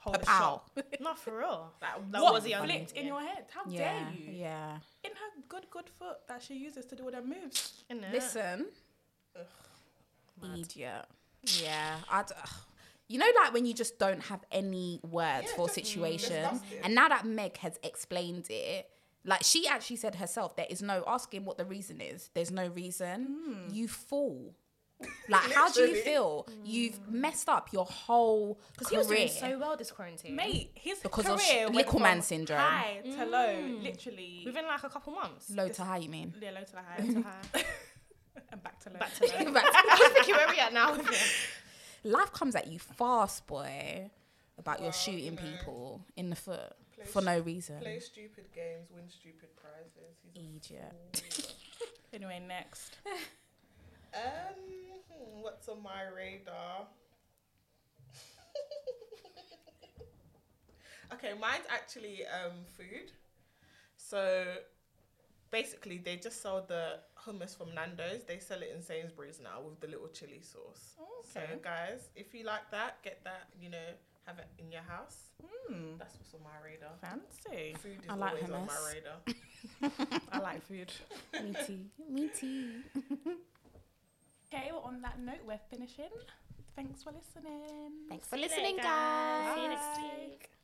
Speaker 2: hold a
Speaker 1: Ow.
Speaker 2: shot?
Speaker 4: Not for real.
Speaker 2: That,
Speaker 4: That
Speaker 2: what
Speaker 4: was the only-
Speaker 2: flicked in
Speaker 4: yeah.
Speaker 2: your head? How
Speaker 1: Yeah.
Speaker 2: dare you?
Speaker 1: Yeah.
Speaker 2: In her good, good foot that she uses to do all her moves.
Speaker 4: Innit?
Speaker 1: Listen. Idiot. Yeah. I d- ugh. you know, like when you just don't have any words
Speaker 3: Yeah,
Speaker 1: for a
Speaker 3: just
Speaker 1: situation.
Speaker 3: disgusting.
Speaker 1: And now that Meg has explained it, like she actually said herself, there is no asking what the reason is. There's no reason. You fool. Like, how do you
Speaker 3: Literally.
Speaker 1: feel? You've messed up your whole
Speaker 4: Because
Speaker 1: career.
Speaker 4: he was doing so well this quarantine.
Speaker 2: Mate, his
Speaker 1: Mm. Because
Speaker 2: career
Speaker 1: of Mm.
Speaker 2: went
Speaker 1: little
Speaker 2: from
Speaker 1: man syndrome.
Speaker 2: High to low, literally.
Speaker 4: Within like a couple months.
Speaker 1: Low to high, you mean?
Speaker 2: yeah, low to the high, to high, and back to low.
Speaker 4: Back to low.
Speaker 1: Back to-
Speaker 4: I'm thinking where we at now. with it.
Speaker 1: life comes at you fast, boy, about your shooting
Speaker 3: know.
Speaker 1: people in the foot
Speaker 3: Play
Speaker 1: for
Speaker 3: sh-
Speaker 1: no reason.
Speaker 3: Play stupid games, win stupid prizes. He's
Speaker 1: Idiot.
Speaker 2: Anyway, next.
Speaker 3: a- um, hmm, what's on my radar? okay, mine's actually um food. So basically, they just sell the hummus from Nando's. They sell it in Sainsbury's now with the little chili sauce. So guys, if you like that, get that. You know, have it in your house.
Speaker 2: Hmm,
Speaker 3: That's what's on my radar.
Speaker 2: fancy.
Speaker 3: Food is
Speaker 1: I like
Speaker 3: always on
Speaker 1: hummus.
Speaker 3: my radar.
Speaker 2: I like food.
Speaker 1: Me too. Me too.
Speaker 2: Okay, well, on that note, we're finishing. Thanks for listening.
Speaker 1: Thanks for listening, guys.
Speaker 4: See you next week.